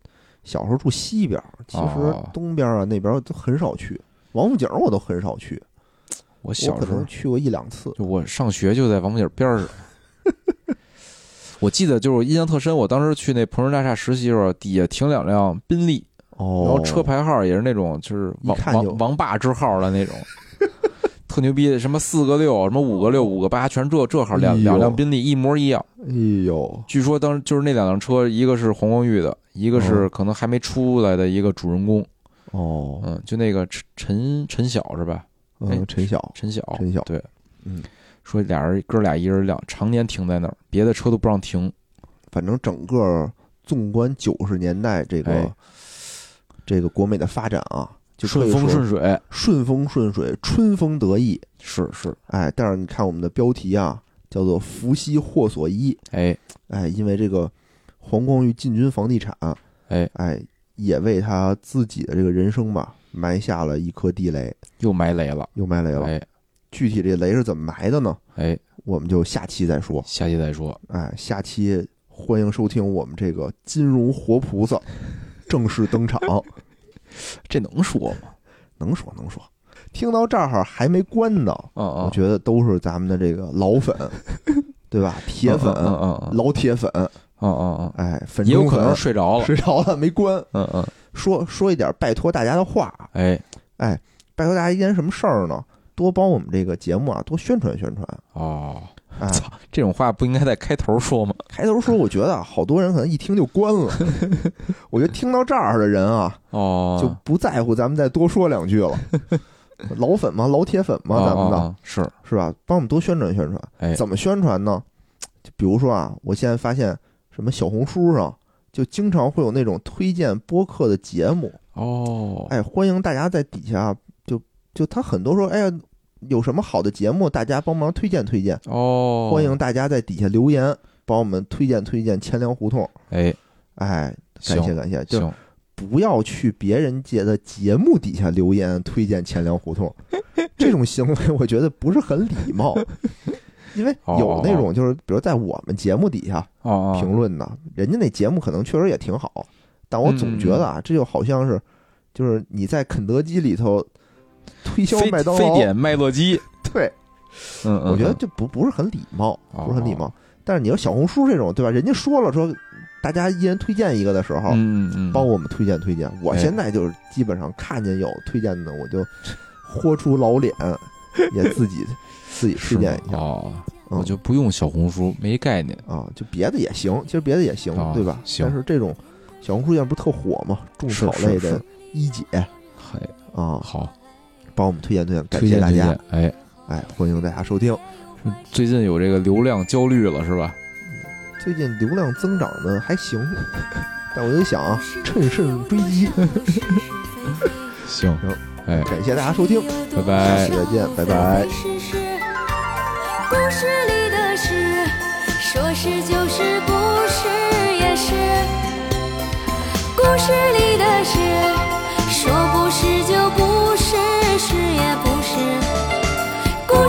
S2: 小时候住西边儿，其实
S3: 哦
S2: 东边儿啊那边儿都很少去，王府井儿我都很少去，
S3: 我
S2: 我
S3: 小
S2: 可
S3: 时候
S2: 能去过一两次。
S3: 就我上学就在王府井边 儿上。我记得就是印象特深，我当时去那鹏润大厦实习的时候，底下停两辆宾利，
S2: 哦，
S3: 然后车牌号也是那种就是王
S2: 一看就
S3: 王王霸之号的那种， 特牛逼，什么四个六，什么五个六，五个八，全这这号两
S2: 哎呦
S3: 两辆宾利一模一样。
S2: 哎呦，
S3: 据说当时就是那两辆车，一个是黄光裕的，一个是
S2: 嗯
S3: 可能还没出来的一个主人公，
S2: 哦，
S3: 嗯，就那个陈陈陈晓是吧？哎
S2: 嗯，陈晓，
S3: 陈晓，
S2: 陈晓
S3: 对，
S2: 嗯，
S3: 说俩人哥俩一人两常年停在那儿，别的车都不让停。
S2: 反正整个纵观九十年代这个、
S3: 哎
S2: 这个国美的发展啊，就可
S3: 顺
S2: 以说
S3: 风顺水，
S2: 顺风顺水，春风得意。
S3: 是是，
S2: 哎，但是你看我们的标题啊，叫做“福兮祸所依
S3: 哎”。
S2: 哎，因为这个黄光裕进军房地产，
S3: 哎，
S2: 哎，也为他自己的这个人生吧埋下了一颗地雷，
S3: 又埋雷了，
S2: 又埋雷了。
S3: 哎
S2: 具体这雷是怎么埋的呢？
S3: 哎，
S2: 我们就下期再说。
S3: 下期再说，
S2: 哎，下期欢迎收听我们这个金融活菩萨正式登场，
S3: 这能说吗？
S2: 能说能说。听到这儿还没关呢，
S3: 嗯嗯，
S2: 我觉得都是咱们的这个老粉，对吧？铁粉、
S3: 嗯嗯嗯嗯
S2: 老铁粉，
S3: 嗯嗯嗯，
S2: 哎，粉
S3: 也有
S2: 中
S3: 可能
S2: 粉
S3: 睡着了，
S2: 睡着了没关。
S3: 嗯嗯，
S2: 说说一点拜托大家的话，
S3: 哎，
S2: 拜托大家一件什么事儿呢？多帮我们这个节目啊，多宣传宣传。
S3: 哦，
S2: 哎，
S3: 操，这种话不应该在开头说吗？
S2: 开头说我觉得啊好多人可能一听就关了， 我觉得听到这儿的人啊，
S3: 哦，
S2: 就不在乎咱们再多说两句 了。老粉嘛，老铁粉嘛，
S3: 哦
S2: 咱们
S3: 哦
S2: 的
S3: 哦是，
S2: 是吧？帮我们多宣传宣传。
S3: 哎
S2: 怎么宣传呢？就比如说啊，我现在发现什么小红书上就经常会有那种推荐播客的节目，
S3: 哦，
S2: 哎，欢迎大家在底下就就他很多说，哎呀，有什么好的节目，大家帮忙推荐推荐。
S3: 哦，
S2: 欢迎，大家在底下留言，帮我们推荐推荐钱粮胡同。
S3: 哎，
S2: 哎，感谢
S3: 行
S2: 感谢，就
S3: 行，
S2: 不要去别人家的节目底下留言推荐钱粮胡同， 这种行为我觉得不是很礼貌，因为有那种就是比如在我们节目底下
S3: 哦哦，
S2: 评论的，人家那节目可能确实也挺好，但我
S3: 嗯
S2: 总觉得啊，这就好像是就是你在肯德基里头推销
S3: 非
S2: 麦当
S3: 非
S2: 劳，
S3: 典麦乐鸡，
S2: 对，
S3: 嗯嗯，
S2: 我觉得
S3: 嗯
S2: 就不不是很礼貌，
S3: 哦
S2: 不是很礼貌。但是你要小红书这种，对吧？人家说了说，大家一人推荐一个的时候，
S3: 嗯嗯嗯，
S2: 啊帮我们推荐推荐。我
S3: 哎
S2: 现在就是基本上看见有推荐的，我就豁出老脸，也自 己自己
S3: 是
S2: 推
S3: 吗
S2: 荐一下
S3: 哦，
S2: 嗯
S3: 我就不用小红书，没概念，
S2: 啊。就别的也行，其实别的也行
S3: 哦，
S2: 对吧？
S3: 行
S2: 但是这种小红书现在不是特火嘛，种
S3: 是
S2: 草
S3: 是
S2: 类的
S3: 是
S2: 一姐
S3: 嘿，
S2: 啊，
S3: 好，
S2: 帮我们推荐推荐，感
S3: 推
S2: 谢
S3: 荐
S2: 大
S3: 推
S2: 家
S3: 荐，，哎，
S2: 哎，欢迎大家收听。
S3: 最近有这个流量焦虑了是吧？
S2: 最近流量增长的还行， 但我就想啊，趁胜追击。
S3: 行
S2: 行，
S3: 哎，
S2: 感谢大家收听。
S3: 拜拜
S2: 再见拜拜
S1: 故事里的事，说是就是，不是也是。故事里的事，说不是就不是，是也不是。故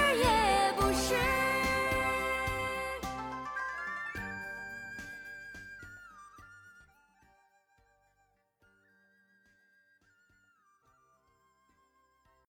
S1: 言。